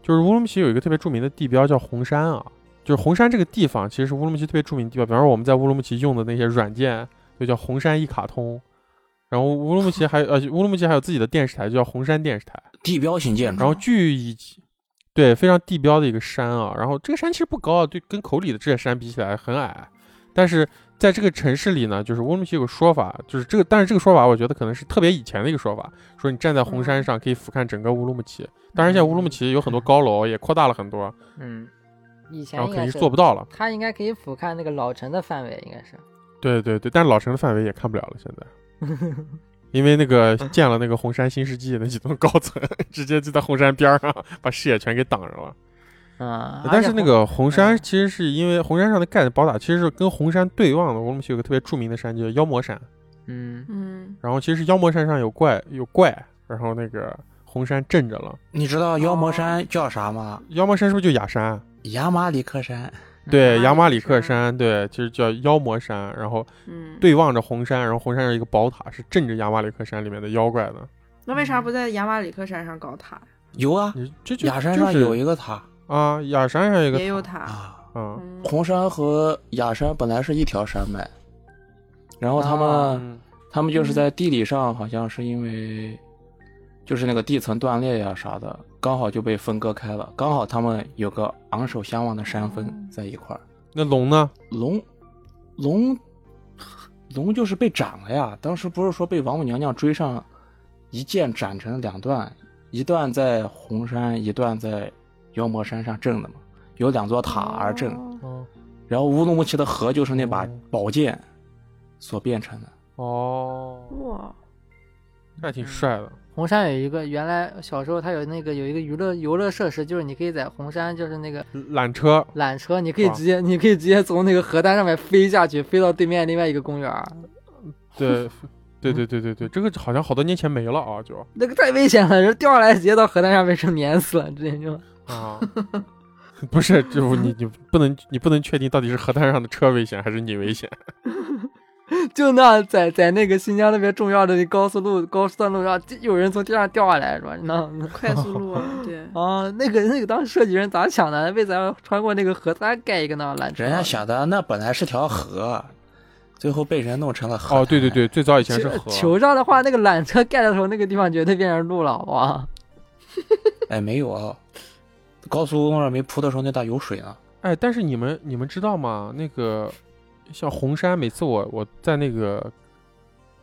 Speaker 1: 就是乌鲁木齐有一个特别著名的地标叫红山啊，就是红山这个地方其实是乌鲁木齐特别著名的地标，比方说我们在乌鲁木齐用的那些软件就叫红山一卡通，然后乌鲁木齐还有呃乌鲁木齐还有自己的电视台就叫红山电视台，
Speaker 2: 地标型建筑
Speaker 1: 然后据以对非常地标的一个山啊，然后这个山其实不高，啊对，跟口里的这些山比起来很矮，但是在这个城市里呢，就是乌鲁木齐有个说法，就是这个，但是这个说法我觉得可能是特别以前的一个说法，说你站在红山上可以俯瞰整个乌鲁木齐。当然，现在乌鲁木齐有很多高楼，也扩大了很多，
Speaker 4: 嗯，以前
Speaker 1: 然后
Speaker 4: 应
Speaker 1: 肯定
Speaker 4: 该是
Speaker 1: 是做不到了。
Speaker 4: 它应该可以俯瞰那个老城的范围，应该是。
Speaker 1: 对对对，但是老城的范围也看不了了，现在。因为那个建了那个红山新世纪那几栋高层， 直接就在红山边儿上，把视野全给挡着了。
Speaker 4: 嗯，而
Speaker 1: 哎但
Speaker 4: 且
Speaker 1: 是那
Speaker 4: 红
Speaker 1: 个红山
Speaker 4: 嗯
Speaker 1: 其实是因为红山上的盖的宝塔，其实是跟红山对望的。乌鲁木齐有个特别著名的山叫妖魔山，
Speaker 4: 嗯，
Speaker 3: 嗯，
Speaker 1: 然后其实妖魔山上有怪有怪，然后那个红山镇着了。
Speaker 2: 你知道妖魔
Speaker 5: 哦
Speaker 2: 山叫啥吗？
Speaker 1: 妖魔山是不是就雅山？
Speaker 2: 亚马里克山。
Speaker 1: 对，
Speaker 3: 雅
Speaker 1: 雅马
Speaker 3: 马
Speaker 1: 里
Speaker 3: 里
Speaker 1: 克
Speaker 3: 克
Speaker 1: 山，对，其实叫妖魔山，然后
Speaker 3: 嗯，
Speaker 1: 对望着红山，然后红山上有一个宝塔是镇着雅马里克山里面的妖怪的。
Speaker 3: 那为啥不在雅马里克山上搞塔呀？
Speaker 2: 有啊，
Speaker 1: 你这就
Speaker 2: 雅山
Speaker 1: 就
Speaker 2: 上
Speaker 1: 是
Speaker 2: 有一个塔
Speaker 1: 啊，雅山上有一
Speaker 3: 也
Speaker 1: 个
Speaker 3: 有塔。
Speaker 2: 啊。
Speaker 1: 啊，
Speaker 3: 嗯，
Speaker 2: 红山和雅山本来是一条山脉，然后他们、
Speaker 4: 啊
Speaker 5: 哦
Speaker 1: 嗯
Speaker 2: 他们就是在地理上好像是因为就是那个地层断裂呀啥的，刚好就被分割开了，刚好他们有个昂首相望的山
Speaker 5: 哦
Speaker 2: 峰在一块儿。
Speaker 1: 那龙呢？
Speaker 2: 龙，龙，龙就是被斩了呀！当时不是说被王母娘娘追上，一剑斩成两段，一段在红山，一段在妖魔山上镇的嘛，有两座塔而镇。
Speaker 3: 哦
Speaker 1: 哦
Speaker 2: 然后乌鲁木齐的河就是那把
Speaker 1: 哦
Speaker 2: 宝剑所变成的。
Speaker 1: 哦，
Speaker 3: 哇，
Speaker 1: 那还挺帅的。
Speaker 4: 红山有一个原来小时候它有那个有一个娱乐游乐设施，就是你可以在红山就是那个
Speaker 1: 缆车
Speaker 4: 缆车，你可以
Speaker 1: 哇
Speaker 4: 直接你可以直接从那个河滩上面飞下去，飞到对面另外一个公园儿，
Speaker 1: 对，对对对对对，这个好像好多年前没了啊，就
Speaker 4: 那个太危险了，人掉下来直接到河滩上被是碾死了，直接就。
Speaker 1: 啊， 不是，这不你你不能你不能确定到底是河滩上的车危险还是你危险。
Speaker 4: 就那在在那个新疆那边重要的高速路高速段路上，就有人从天上掉下来是吧？那那
Speaker 3: 快速路啊， 对，
Speaker 4: 啊，那个那个当时设计人咋想的？为啥要穿过那个河滩盖一个那缆车？
Speaker 2: 人家想的那本来是条河，最后被人弄成了河。
Speaker 1: 哦，对对，对，最早以前是
Speaker 4: 球
Speaker 1: 河，
Speaker 4: 呃球上的话，那个缆车盖的时候，那个地方绝对变成路了，好不好？
Speaker 2: 哎，没有啊，高速公路上没铺的时候那咋有水呢？
Speaker 1: 哎，但是你们你们知道吗？那个像红山，每次我我在那个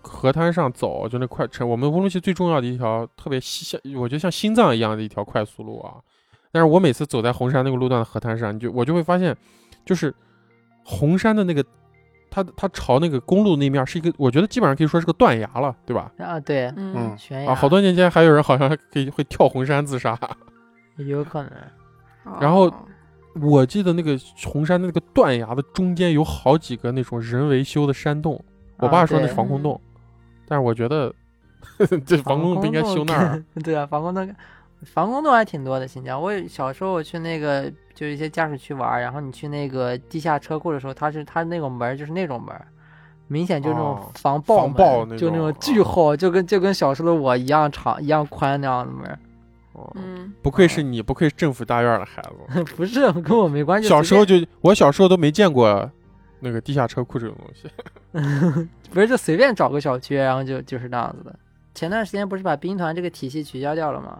Speaker 1: 河滩上走，就那快车，我们乌鲁木齐最重要的一条特别西像，我觉得像心脏一样的一条快速路啊。但是我每次走在红山那个路段的河滩上，你就我就会发现，就是红山的那个，它它朝那个公路那面是一个，我觉得基本上可以说是个断崖了，对吧？
Speaker 4: 啊，对，
Speaker 3: 嗯
Speaker 2: 嗯，
Speaker 4: 悬崖
Speaker 1: 啊，好多年前还有人好像可以会跳红山自杀。
Speaker 4: 有可能，啊
Speaker 1: 然后我记得那个红山的那个断崖的中间有好几个那种人为修的山洞，我
Speaker 4: 啊
Speaker 1: 爸说那
Speaker 4: 对
Speaker 1: 是防空洞，但是我觉得这防空洞不应该修那儿。
Speaker 4: 跟？ 对啊，防空洞，防空洞还挺多的。新疆，我有小时候我去那个就是一些家属区玩儿，然后你去那个地下车库的时候，它是它那种门儿就是那种门儿，明显就是那
Speaker 1: 哦
Speaker 4: 种防爆
Speaker 1: 防
Speaker 4: 门，
Speaker 1: 爆那
Speaker 4: 就那
Speaker 1: 种
Speaker 4: 种
Speaker 1: 啊
Speaker 4: 巨厚，就跟就跟小时候的我一样长一样宽那样的门儿。
Speaker 1: 哦
Speaker 3: 嗯，
Speaker 1: 不愧是你，不愧是政府大院的孩子。
Speaker 4: 不是跟我没关 系，
Speaker 1: 小时候
Speaker 4: 随
Speaker 1: 就我小时候都没见过那个地下车库这种东西。
Speaker 4: 便不是就随便找个小区，然后就就是那样子的。前段时间不是把兵团这个体系取消掉了吗？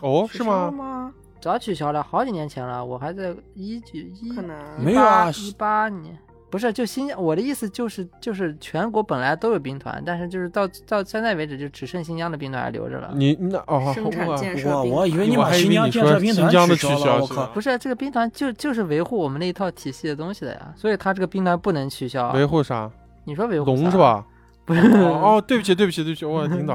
Speaker 1: 哦，
Speaker 3: 取
Speaker 1: 是
Speaker 3: 消了
Speaker 1: 吗？
Speaker 3: 吗？
Speaker 4: 早取消了，好几年前了，我还在一九一
Speaker 3: 可能
Speaker 2: 没有啊
Speaker 4: 一八年不是，就新疆。我的意思就是，就是全国本来都有兵团，但是就是到到现在为止，就只剩新疆的兵团还留着了。
Speaker 1: 你那哦，
Speaker 3: 生产
Speaker 1: 我
Speaker 3: 建设
Speaker 2: 我
Speaker 3: 兵
Speaker 2: 我以为你
Speaker 1: 哎我
Speaker 2: 把
Speaker 1: 还以
Speaker 2: 新
Speaker 1: 为
Speaker 2: 疆
Speaker 1: 你
Speaker 2: 建设
Speaker 1: 说
Speaker 2: 兵
Speaker 1: 新
Speaker 2: 团
Speaker 1: 疆的
Speaker 2: 取
Speaker 1: 取
Speaker 2: 消了，
Speaker 1: 消
Speaker 2: 我
Speaker 1: 去
Speaker 2: 靠
Speaker 1: 了！
Speaker 4: 不是这个兵团就就是维护我们那一套体系的东西的呀，所以他这个兵团不能取消。
Speaker 1: 维护啥？
Speaker 4: 你说维护
Speaker 1: 龙
Speaker 4: 啥
Speaker 1: 是？吧？
Speaker 4: 不是，
Speaker 1: 哦，哦对不起，对不起，对不起，我领导，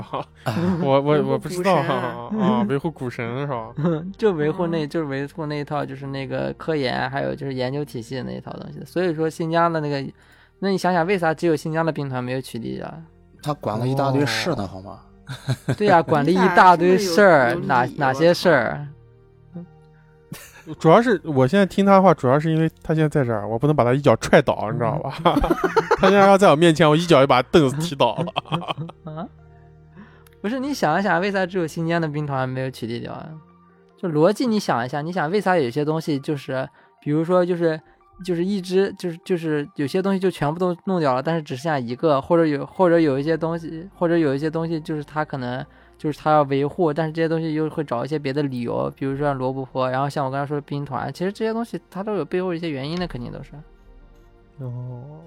Speaker 1: 我我我不知道
Speaker 3: 维护
Speaker 1: 啊
Speaker 3: 股
Speaker 1: 啊，维护股神是吧？
Speaker 4: 就维护
Speaker 3: 嗯
Speaker 4: 那，就是维护那一套，就是那个科研，还有就是研究体系的那一套东西。所以说新疆的那个，那你想想，为啥只有新疆的兵团没有取缔啊？
Speaker 2: 他管了一大堆事呢，好吗？
Speaker 4: 对 呀、管了一
Speaker 3: 你咋
Speaker 4: 大
Speaker 3: 这么
Speaker 4: 堆
Speaker 3: 有
Speaker 4: 事
Speaker 1: 哎
Speaker 4: 儿，
Speaker 3: 有
Speaker 4: 哪
Speaker 1: 啊
Speaker 3: 理
Speaker 4: 哪
Speaker 3: 我
Speaker 4: 些
Speaker 3: 靠
Speaker 4: 事儿？
Speaker 1: 主要是我现在听他话，主要是因为他现在在这儿，我不能把他一脚踹倒，你知道吧？ 他现在要在我面前，我一脚就把凳子踢倒了。
Speaker 4: 啊？不是，你想一想，为啥只有新疆的兵团没有取缔掉啊？就逻辑，你想一下，你想为啥有些东西就是，比如说就是就是一只就是就是有些东西就全部都弄掉了，但是只剩下一个，或者有或者有一些东西，或者有一些东西就是它可能就是它要维护，但是这些东西又会找一些别的理由，比如说像罗布泊，然后像我刚才说的兵团，其实这些东西它都有背后一些原因的，肯定都是
Speaker 1: 哦，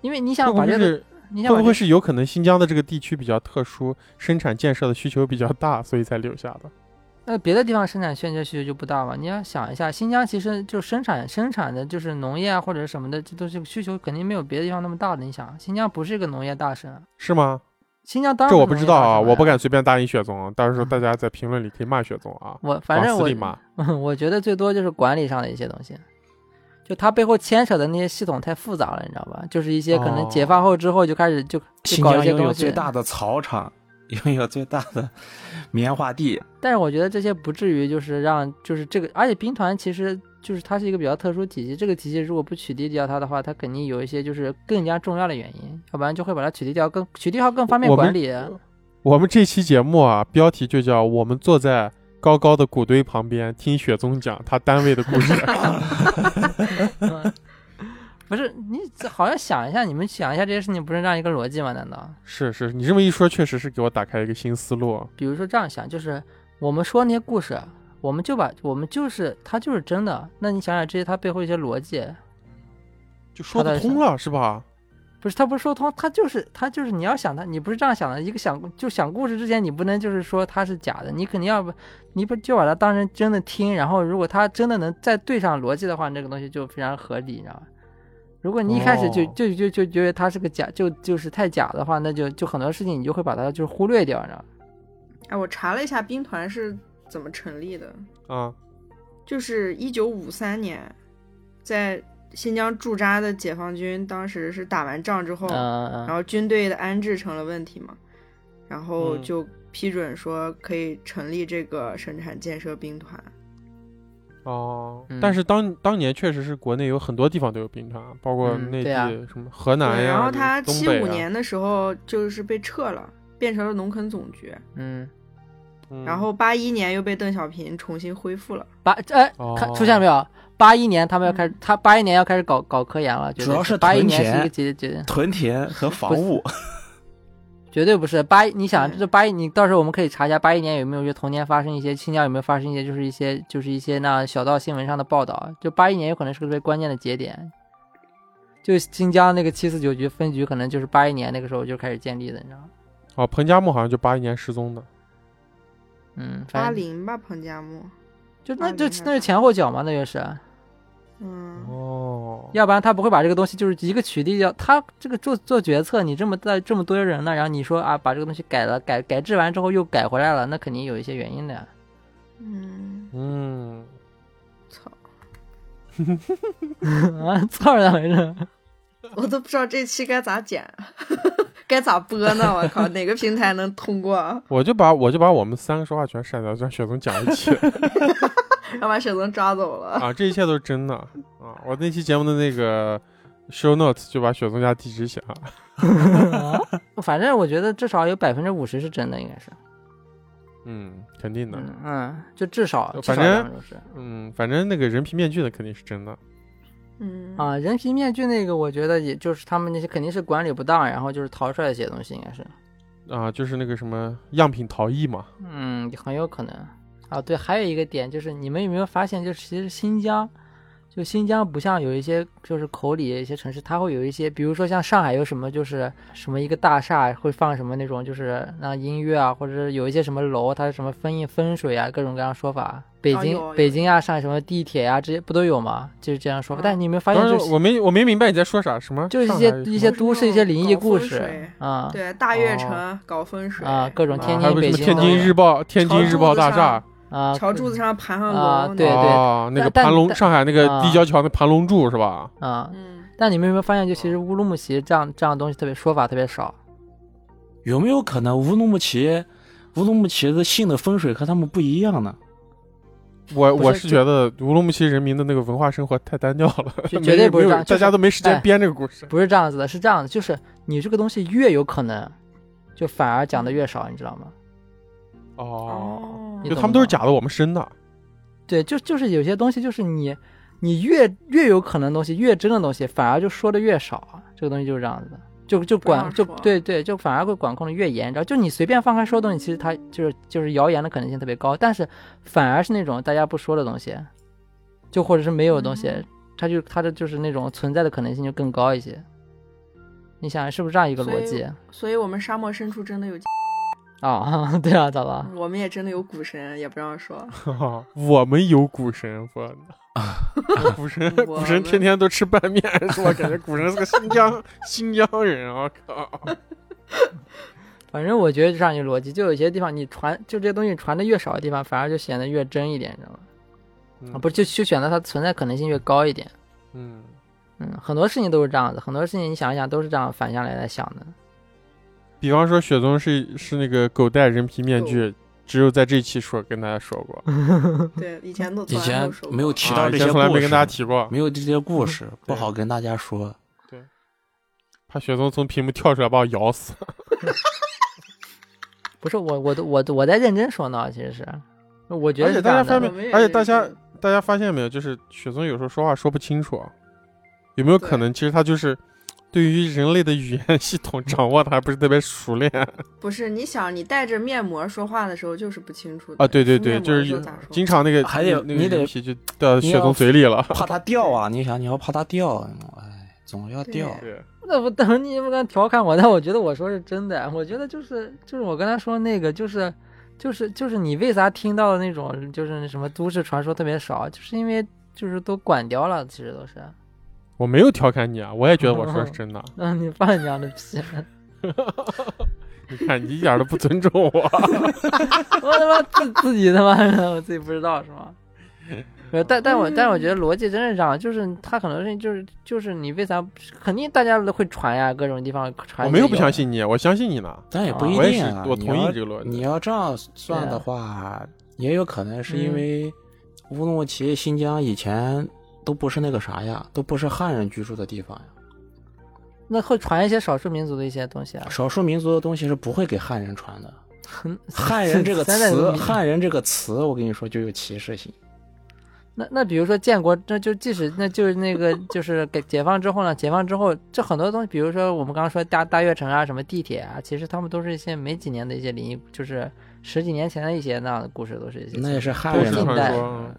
Speaker 4: 因为你
Speaker 1: 会
Speaker 4: 想
Speaker 1: 不
Speaker 4: 把这
Speaker 1: 会
Speaker 4: 个
Speaker 1: 是
Speaker 4: 你想
Speaker 1: 会
Speaker 4: 把
Speaker 1: 不
Speaker 4: 这
Speaker 1: 会是有可能新疆的这个地区比较特殊，生产建设的需求比较大，所以才留下的？
Speaker 4: 那别的地方生产欠缺需求就不大嘛？你要想一下，新疆其实就生产生产的就是农业啊或者什么的，这都是需求肯定没有别的地方那么大的。你想，啊新疆不是一个农业大省，啊
Speaker 1: 是吗？
Speaker 4: 新疆当然
Speaker 1: 这我
Speaker 4: 是
Speaker 1: 不
Speaker 4: 农
Speaker 1: 知
Speaker 4: 业
Speaker 1: 道
Speaker 4: 大
Speaker 1: 啊，
Speaker 4: 省了
Speaker 1: 我不
Speaker 4: 呀。
Speaker 1: 敢随便答应雪总，啊到时候大家在评论里可以骂雪总啊，
Speaker 4: 我嗯反正
Speaker 1: 往死
Speaker 4: 我
Speaker 1: 里骂。
Speaker 4: 我觉得最多就是管理上的一些东西，就它背后牵扯的那些系统太复杂了，你知道吧？就是一些可能解
Speaker 1: 哦
Speaker 4: 放后之后就开始就就
Speaker 2: 新
Speaker 4: 搞一
Speaker 2: 疆
Speaker 4: 些
Speaker 2: 拥有
Speaker 4: 东西
Speaker 2: 最，大的草场， 拥有最大的棉花地，
Speaker 4: 但是我觉得这些不至于就是让就是这个，而且兵团其实就是它是一个比较特殊体系，这个体系如果不取缔掉它的话，它肯定有一些就是更加重要的原因，要不然就会把它取缔掉，更取缔掉更方便
Speaker 1: 我们
Speaker 4: 管理。
Speaker 1: 我们这期节目啊，标题就叫“我们坐在高高的谷堆旁边，听雪宗讲他单位的故事
Speaker 4: 嗯不是你这好像想一下，你们想一下这些事情不是这样一个逻辑吗？难道”。
Speaker 1: 是是，你这么一说，确实是给我打开一个新思路。啊
Speaker 4: 比如说这样想，就是我们说那些故事，我们就把我们就是它就是真的，那你想想这些它背后一些逻辑，
Speaker 1: 就说
Speaker 4: 他
Speaker 1: 得
Speaker 4: 在
Speaker 1: 通了，是吧？
Speaker 4: 不是，他不是说通，他就是他就是你要想他，你不是这样想的。一个想就想故事之前，你不能就是说他是假的，你肯定要不，你不就把它当成真的听。然后如果他真的能再对上逻辑的话，这个东西就非常合理，你知道吧？如果你一开始就、
Speaker 1: 哦
Speaker 4: 就就就觉得他是个假，就就是太假的话，那就就很多事情你就会把它就忽略掉，你知道吧？
Speaker 3: 哎，我查了一下兵团是怎么成立的，
Speaker 1: 啊，
Speaker 3: 就是一九五三年，在新疆驻扎的解放军当时是打完仗之后，
Speaker 4: 嗯、
Speaker 3: 然后军队的安置成了问题嘛，然后
Speaker 1: 嗯
Speaker 3: 就批准说可以成立这个生产建设兵团。
Speaker 1: 哦，
Speaker 4: 嗯
Speaker 1: 但是当当年确实是国内有很多地方都有兵团，包括
Speaker 4: 嗯
Speaker 1: 内地、
Speaker 4: 对啊
Speaker 1: 什么河南
Speaker 3: 对
Speaker 1: 呀、
Speaker 3: 然后
Speaker 1: 什么
Speaker 3: 他
Speaker 1: 东
Speaker 3: 七
Speaker 1: 北
Speaker 3: 五
Speaker 1: 啊，
Speaker 3: 年的时候就是被撤了，变成了农垦总局，
Speaker 4: 嗯，
Speaker 1: 嗯
Speaker 3: 然后八一年又被邓小平重新恢复了。
Speaker 4: 八哎，
Speaker 2: 哦
Speaker 4: 看出现了没有？八一年他们要开始，他八一年要开始搞搞科研了，绝对
Speaker 2: 主要是
Speaker 4: 八一
Speaker 2: 屯
Speaker 4: 年是一
Speaker 2: 田
Speaker 4: 个节节。
Speaker 2: 屯田和防务，
Speaker 4: 绝对不是八一，你想
Speaker 3: 对
Speaker 4: 这八一，你到时候我们可以查一下八一年有没有就同年发生一些新疆有没有发生一些就是一些就是一些那小道新闻上的报道，就八一年有可能是个特别关键的节点，就新疆那个七四九局分局，可能就是八一年那个时候就开始建立的，你知道吗？
Speaker 1: 哦，彭加木好像就八一年失踪的。
Speaker 4: 嗯，
Speaker 1: 哎
Speaker 3: 八
Speaker 4: 反正
Speaker 3: 零吧，彭加木，
Speaker 4: 就那
Speaker 3: 80
Speaker 4: 就
Speaker 3: 还
Speaker 4: 那是前后脚嘛，那就是，
Speaker 3: 嗯，
Speaker 1: 哦，
Speaker 4: 要不然他不会把这个东西就是一个取缔掉。他这个做做决策，你这么大这么多人呢，然后你说啊把这个东西改了，改改制完之后又改回来了，那肯定有一些原因的呀。
Speaker 3: 嗯，
Speaker 1: 嗯，
Speaker 3: 操，
Speaker 4: 啊，操着咋回事？
Speaker 3: 我都不知道这期该咋剪， 该咋播呢？我靠，哪个平台能通过啊？
Speaker 1: 我就把我就把我们三个说话全删掉，让雪松讲一期
Speaker 3: 要把雪松抓走了。
Speaker 1: 啊，这一切都是真的啊！我那期节目的那个 show notes 就把雪松家地址写了。
Speaker 4: 反正我觉得至少有百分之五十是真的，应该是。
Speaker 1: 嗯，肯定的。
Speaker 4: 嗯嗯，就至少
Speaker 1: 就
Speaker 4: 至
Speaker 1: 反
Speaker 4: 少
Speaker 1: 正
Speaker 4: 两种是
Speaker 1: 嗯，反正那个人皮面具的肯定是真的。
Speaker 3: 嗯，
Speaker 4: 啊。人皮面具那个，我觉得也就是他们那些肯定是管理不当，然后就是逃出来一些东西，应该是。
Speaker 1: 啊，就是那个什么样品逃逸嘛，
Speaker 4: 嗯，很有可能啊。对，还有一个点就是，你们有没有发现，就是其实新疆，就新疆不像有一些就是口里一些城市，它会有一些，比如说像上海有什么就是什么一个大厦会放什么那种就是那音乐啊，或者是有一些什么楼它是什么分印分水啊，各种各样说法。北
Speaker 3: 啊
Speaker 4: 京、
Speaker 3: 有有
Speaker 4: 北京啊，上海什么地铁呀、这些不都有吗？就是这样说
Speaker 3: 嗯
Speaker 4: 法。但是你有没有发现
Speaker 1: 当
Speaker 4: 就
Speaker 1: 时
Speaker 4: 是
Speaker 1: 我没我没明白你在说啥，什么
Speaker 4: 就是一
Speaker 1: 上
Speaker 4: 些
Speaker 1: 海有什
Speaker 4: 一
Speaker 1: 么
Speaker 4: 些都市一些灵异
Speaker 3: 搞
Speaker 4: 故
Speaker 3: 风
Speaker 4: 事
Speaker 3: 水
Speaker 4: 啊
Speaker 3: 对，大悦
Speaker 1: 哦
Speaker 3: 城搞风水嗯
Speaker 4: 啊各种天
Speaker 1: 还有
Speaker 4: 津
Speaker 1: 个什么
Speaker 4: 北京
Speaker 1: 天
Speaker 4: 都
Speaker 1: 津
Speaker 4: 有
Speaker 1: 日报、天津
Speaker 3: 桥
Speaker 1: 日
Speaker 3: 柱
Speaker 1: 报
Speaker 3: 子
Speaker 1: 大厦
Speaker 3: 上，
Speaker 4: 啊，
Speaker 3: 桥柱子上盘上
Speaker 4: 啊
Speaker 3: 龙，
Speaker 4: 对对
Speaker 1: 哦，那个
Speaker 4: 但
Speaker 1: 盘龙
Speaker 4: 但
Speaker 1: 上海那个
Speaker 4: 啊
Speaker 1: 立交桥那盘龙柱是吧？
Speaker 4: 啊，
Speaker 3: 嗯，
Speaker 4: 但你们有没有发现，就其实乌鲁木齐这样这样的东西特别说法特别少？
Speaker 2: 有没有可能乌鲁木齐，乌鲁木齐的信的风水和他们不一样呢？
Speaker 1: 我
Speaker 4: 不
Speaker 1: 我是
Speaker 4: 是就
Speaker 1: 觉得乌鲁木齐人民的那个文化生活太单调了，
Speaker 4: 绝
Speaker 1: 没
Speaker 4: 绝对
Speaker 1: 人
Speaker 4: 不是
Speaker 1: 没有
Speaker 4: 这样就
Speaker 1: 大家
Speaker 4: 是
Speaker 1: 都没时
Speaker 4: 哎
Speaker 1: 间编这个故事。
Speaker 4: 不是这样子的，是这样子，就是你这个东西越有可能，就反而讲的越少，你知道吗？
Speaker 1: 哦，
Speaker 3: 嗯
Speaker 4: 你
Speaker 1: 就
Speaker 4: 懂
Speaker 1: 他们都是
Speaker 4: 吗
Speaker 1: 假的，我们真的。
Speaker 4: 对，就就是有些东西，就是你你越越有可能的东西，越真的东西，反而就说的越少。这个东西就是这样子的，就就
Speaker 3: 不让
Speaker 4: 管就
Speaker 3: 说
Speaker 4: 对对，就反而会管控的越严，你知道？就你随便放开说的东西，其实它就是就是谣言的可能性特别高，但是反而是那种大家不说的东西，就或者是没有的东西，
Speaker 3: 嗯
Speaker 4: 它就它的就是那种存在的可能性就更高一些。你想是不是这样一个
Speaker 3: 所
Speaker 4: 逻
Speaker 3: 以
Speaker 4: 辑
Speaker 3: 所以我们沙漠深处真的 有，
Speaker 4: 啊？ 对啊，咋了？
Speaker 3: 我们也真的有股神，也不让 说。
Speaker 1: 我们有股神，我的股神
Speaker 3: 我
Speaker 1: 股神天
Speaker 3: 们
Speaker 1: 天都吃拌面，是吧？感觉股神是个新 疆新疆人，我靠！
Speaker 4: 啊反正我觉得这样一个逻辑，就有些地方你传，就这些东西传的越少的地方，反而就显得越真一点，你知道吗？
Speaker 1: 嗯
Speaker 4: 啊，不是，就就显得它存在可能性越高一点。
Speaker 1: 嗯，
Speaker 4: 嗯，很多事情都是这样子，很多事情你想一想都是这样反向来来想的。
Speaker 1: 比方说雪宗是是那个狗戴人皮面具，只有在这期说跟大家说 过，
Speaker 3: 对，以前都
Speaker 2: 以
Speaker 3: 从来没
Speaker 2: 前
Speaker 3: 有说过
Speaker 2: 没有提
Speaker 1: 啊
Speaker 2: 到
Speaker 1: 以
Speaker 2: 这
Speaker 1: 前
Speaker 2: 些故
Speaker 1: 从
Speaker 2: 事，
Speaker 1: 来没跟大家提过，
Speaker 2: 没有这些故事，不
Speaker 1: 对
Speaker 2: 好跟大家说。
Speaker 1: 怕雪宗从屏幕跳出来把我咬死。
Speaker 4: 不是我，我都我我在认真说呢，其实是，我觉
Speaker 1: 而
Speaker 4: 得
Speaker 1: 且
Speaker 4: 是这
Speaker 1: 大家
Speaker 4: 样
Speaker 1: 发
Speaker 4: 的。
Speaker 1: 明
Speaker 3: 我们也
Speaker 1: 而且
Speaker 3: 认
Speaker 1: 大家
Speaker 3: 真
Speaker 1: 大家发现没有，就是雪宗有时候说话说不清楚，有没有可
Speaker 3: 对
Speaker 1: 能其实他就是对于人类的语言系统掌握的还不是特别熟练？
Speaker 3: 不是，你想，你戴着面膜说话的时候就是不清楚 的
Speaker 1: 啊，对对
Speaker 3: 敷
Speaker 1: 对，
Speaker 3: 面
Speaker 1: 就
Speaker 3: 膜
Speaker 1: 是有
Speaker 3: 的时候咋说
Speaker 1: 经常那个
Speaker 2: 还得
Speaker 1: 那
Speaker 2: 你
Speaker 1: 个
Speaker 2: 得
Speaker 1: 人皮就掉到
Speaker 2: 你
Speaker 1: 雪
Speaker 2: 要
Speaker 1: 松嘴里了。
Speaker 2: 怕它掉啊！你想，你要怕它掉，哎，总要掉。
Speaker 3: 对
Speaker 1: 对，
Speaker 4: 那不等你们刚调侃我，但我觉得我说是真的。我觉得就是就是我刚才说那个，就是就是就是你为啥听到的那种就是什么都市传说特别少，就是因为就是都管掉了，其实都是。
Speaker 1: 我没有调侃你啊，我也觉得我说是真 的。
Speaker 4: 嗯，你放你娘的屁！
Speaker 1: 你看，你一点都不尊重 我。
Speaker 4: 我他妈自自己他妈的，我自己不知道是吗？呃但但我但我觉得逻辑真是这样，就是他很多事情就是就是你为啥肯定大家都会传呀，各种地方传。
Speaker 1: 我没有不相，信你，我相信你呢。
Speaker 2: 但也不
Speaker 4: 啊
Speaker 2: 一
Speaker 1: 我也
Speaker 2: 定
Speaker 1: 是
Speaker 2: 啊。
Speaker 1: 我
Speaker 2: 你
Speaker 1: 同意
Speaker 2: 要
Speaker 1: 这个逻辑
Speaker 2: 你要这样算
Speaker 4: 对
Speaker 2: 的
Speaker 4: 啊
Speaker 2: 话，也有可能是
Speaker 4: 嗯
Speaker 2: 因为乌鲁木齐、新疆以前都不是那个啥呀，都不是汉人居住的地方呀。
Speaker 4: 那会传一些少数民族的一些东西啊。
Speaker 2: 少数民族的东西是不会给汉人传 的。汉人这个
Speaker 4: 现在
Speaker 2: 词，
Speaker 4: 你
Speaker 2: 汉人这个词，我跟你说就有歧视性。
Speaker 4: 那那比如说建国，那就即使那就是那个就是给解放之后呢，解放之后这很多东西，比如说我们刚刚说大大悦城啊，什么地铁啊，其实他们都是一些没几年的一些灵异，就是十几年前的一些那样的故事，都是一些
Speaker 2: 那也是汉
Speaker 1: 都
Speaker 2: 人
Speaker 1: 市
Speaker 2: 的
Speaker 4: 近
Speaker 1: 传
Speaker 4: 代
Speaker 1: 说，啊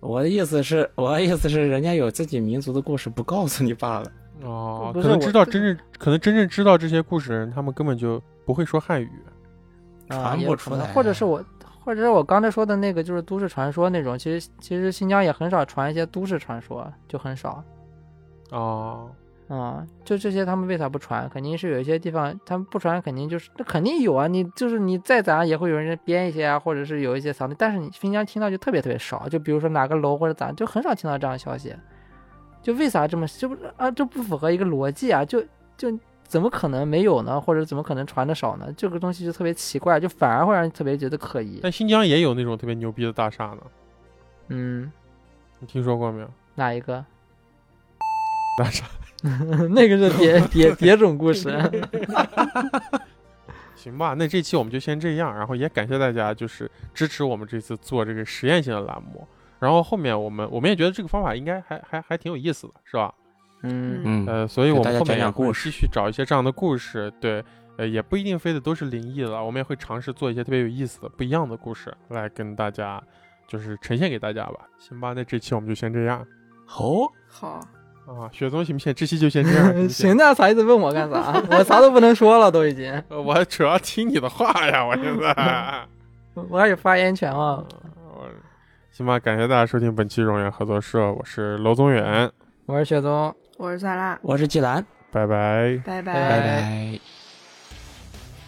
Speaker 2: 我的意思是，我的意思是，人家有自己民族的故事不告诉你罢了。
Speaker 1: 哦，
Speaker 4: 不
Speaker 1: 可
Speaker 4: 是
Speaker 1: 能
Speaker 4: 我
Speaker 1: 知道真正可能真正知道这些故事的人，他们根本就不会说汉语。
Speaker 4: 啊，
Speaker 2: 传
Speaker 4: 也
Speaker 2: 不
Speaker 4: 有
Speaker 2: 出
Speaker 4: 可能
Speaker 2: 来
Speaker 4: 或者是我，或者是我刚才说的那个，就是都市传说那种。其实其实新疆也很少传一些都市传说，就很少
Speaker 1: 哦，
Speaker 4: 啊、就这些他们为啥不传？肯定是有一些地方他们不传，肯定就是那肯定有啊。你就是你再咋也会有人编一些啊，或者是有一些啥的。但是你新疆听到就特别特别少，就比如说哪个楼或者咋，就很少听到这样的消息。就为啥这么这不啊？这不符合一个逻辑啊！就就怎么可能没有呢？或者怎么可能传的少呢？这个东西就特别奇怪，就反而会让人特别觉得可疑。
Speaker 1: 但新疆也有那种特别牛逼的大厦呢，
Speaker 4: 嗯，
Speaker 1: 你听说过没有？
Speaker 4: 哪一个？
Speaker 1: 大厦，
Speaker 4: 那个是别别别种故事。
Speaker 1: 行吧，那这期我们就先这样，然后也感谢大家就是支持我们这次做这个实验性的栏目，然后后面我们我们也觉得这个方法应该还还还挺有意思的，是吧？
Speaker 4: 嗯，，
Speaker 2: 嗯，
Speaker 1: 呃，所以
Speaker 2: 给
Speaker 1: 我
Speaker 2: 大
Speaker 1: 们
Speaker 2: 家
Speaker 1: 后面
Speaker 2: 讲
Speaker 1: 也
Speaker 2: 讲
Speaker 1: 会
Speaker 2: 故
Speaker 1: 继续找一些这样的故事，对，呃，也不一定非得都是灵异了，我们也会尝试做一些特别有意思的、不一样的故事来跟大家，就是呈现给大家吧。行吧，那这期我们就先这样
Speaker 2: 哦，
Speaker 3: 好，
Speaker 1: 啊，雪松行不行？这期就先这样 行
Speaker 4: 嗯行，
Speaker 1: 不行。
Speaker 4: 那啥意思？问我干啥？我啥都不能说了，都已经，
Speaker 1: 呃我主要听你的话呀，我现在。啊
Speaker 4: 我还有发言权啊。
Speaker 1: 我行吧，感谢大家收听本期荣源合作社，我是娄宗远，
Speaker 4: 我是雪宗。
Speaker 3: 我是萨拉，
Speaker 2: 我是季兰，
Speaker 1: 拜拜。
Speaker 3: 拜拜。
Speaker 2: 拜
Speaker 4: 拜
Speaker 2: 拜。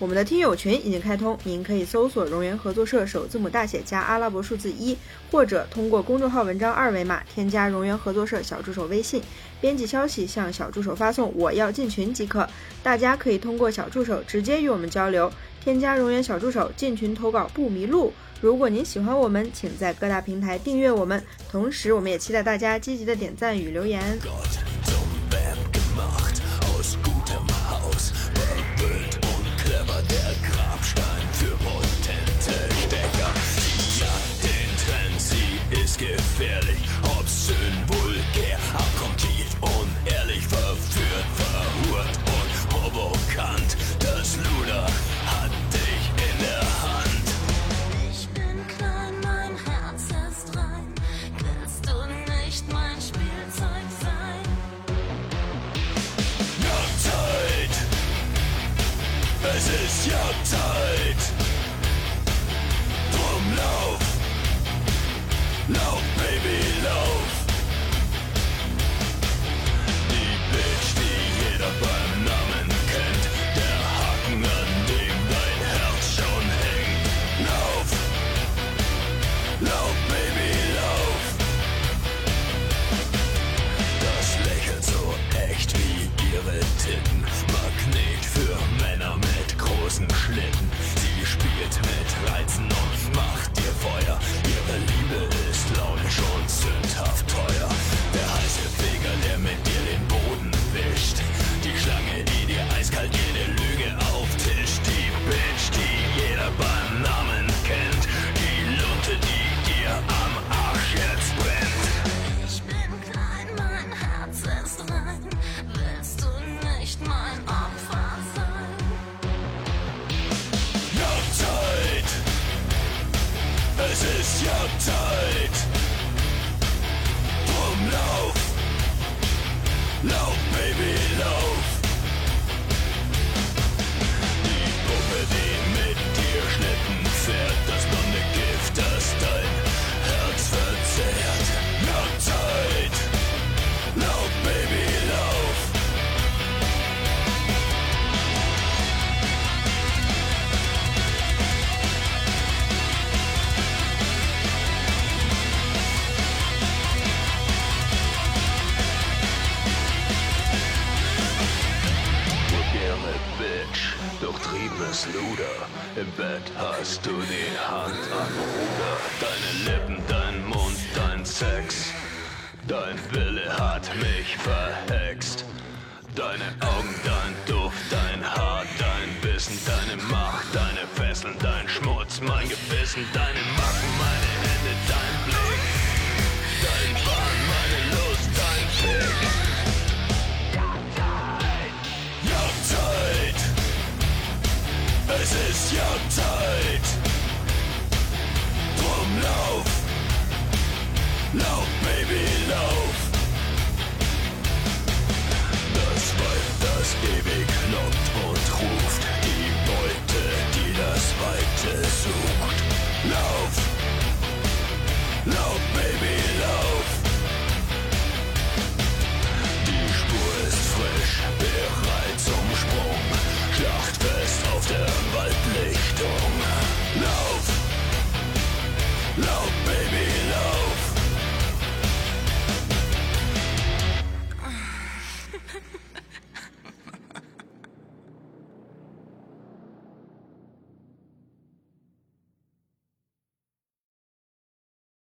Speaker 3: 我们的听友群已经开通，您可以搜索“融源合作社”首字母大写加阿拉伯数字一，或者通过公众号文章二维码添加融源合作社小助手微信，编辑消息向小助手发送“我要进群”即可。大家可以通过小助手直接与我们交流。添加融源小助手进群投稿不迷路。如果您喜欢我们，请在各大平台订阅我们，同时我们也期待大家积极的点赞与留言。
Speaker 6: Ich bin klein, mein Herz ist rein. Willst du nicht mein Spielzeug sein? Ich bin klein, mein Herz ist rein. Willst du nicht mein Opfer sein?
Speaker 7: Moderne Bitch, durchtriebenes Luder. Im Bett hast du die Hand am Ruder. Deine Lippen, dein Mund, dein Sex. Dein Wille hat mich verhext. Deine Augen, dein Duft, dein Haar, dein Wissen, deine Macht, deine Fesseln, dein Schmutz, mein Gewissen, deine Macken, meine Hände, dein Blick. Dein Wahn, meine Lust, dein Fick. Jagdzeit! Es ist Jagdzeit! Drum lauf! Lauf, Baby, lauf! Das
Speaker 6: das ewig lockt und ruft.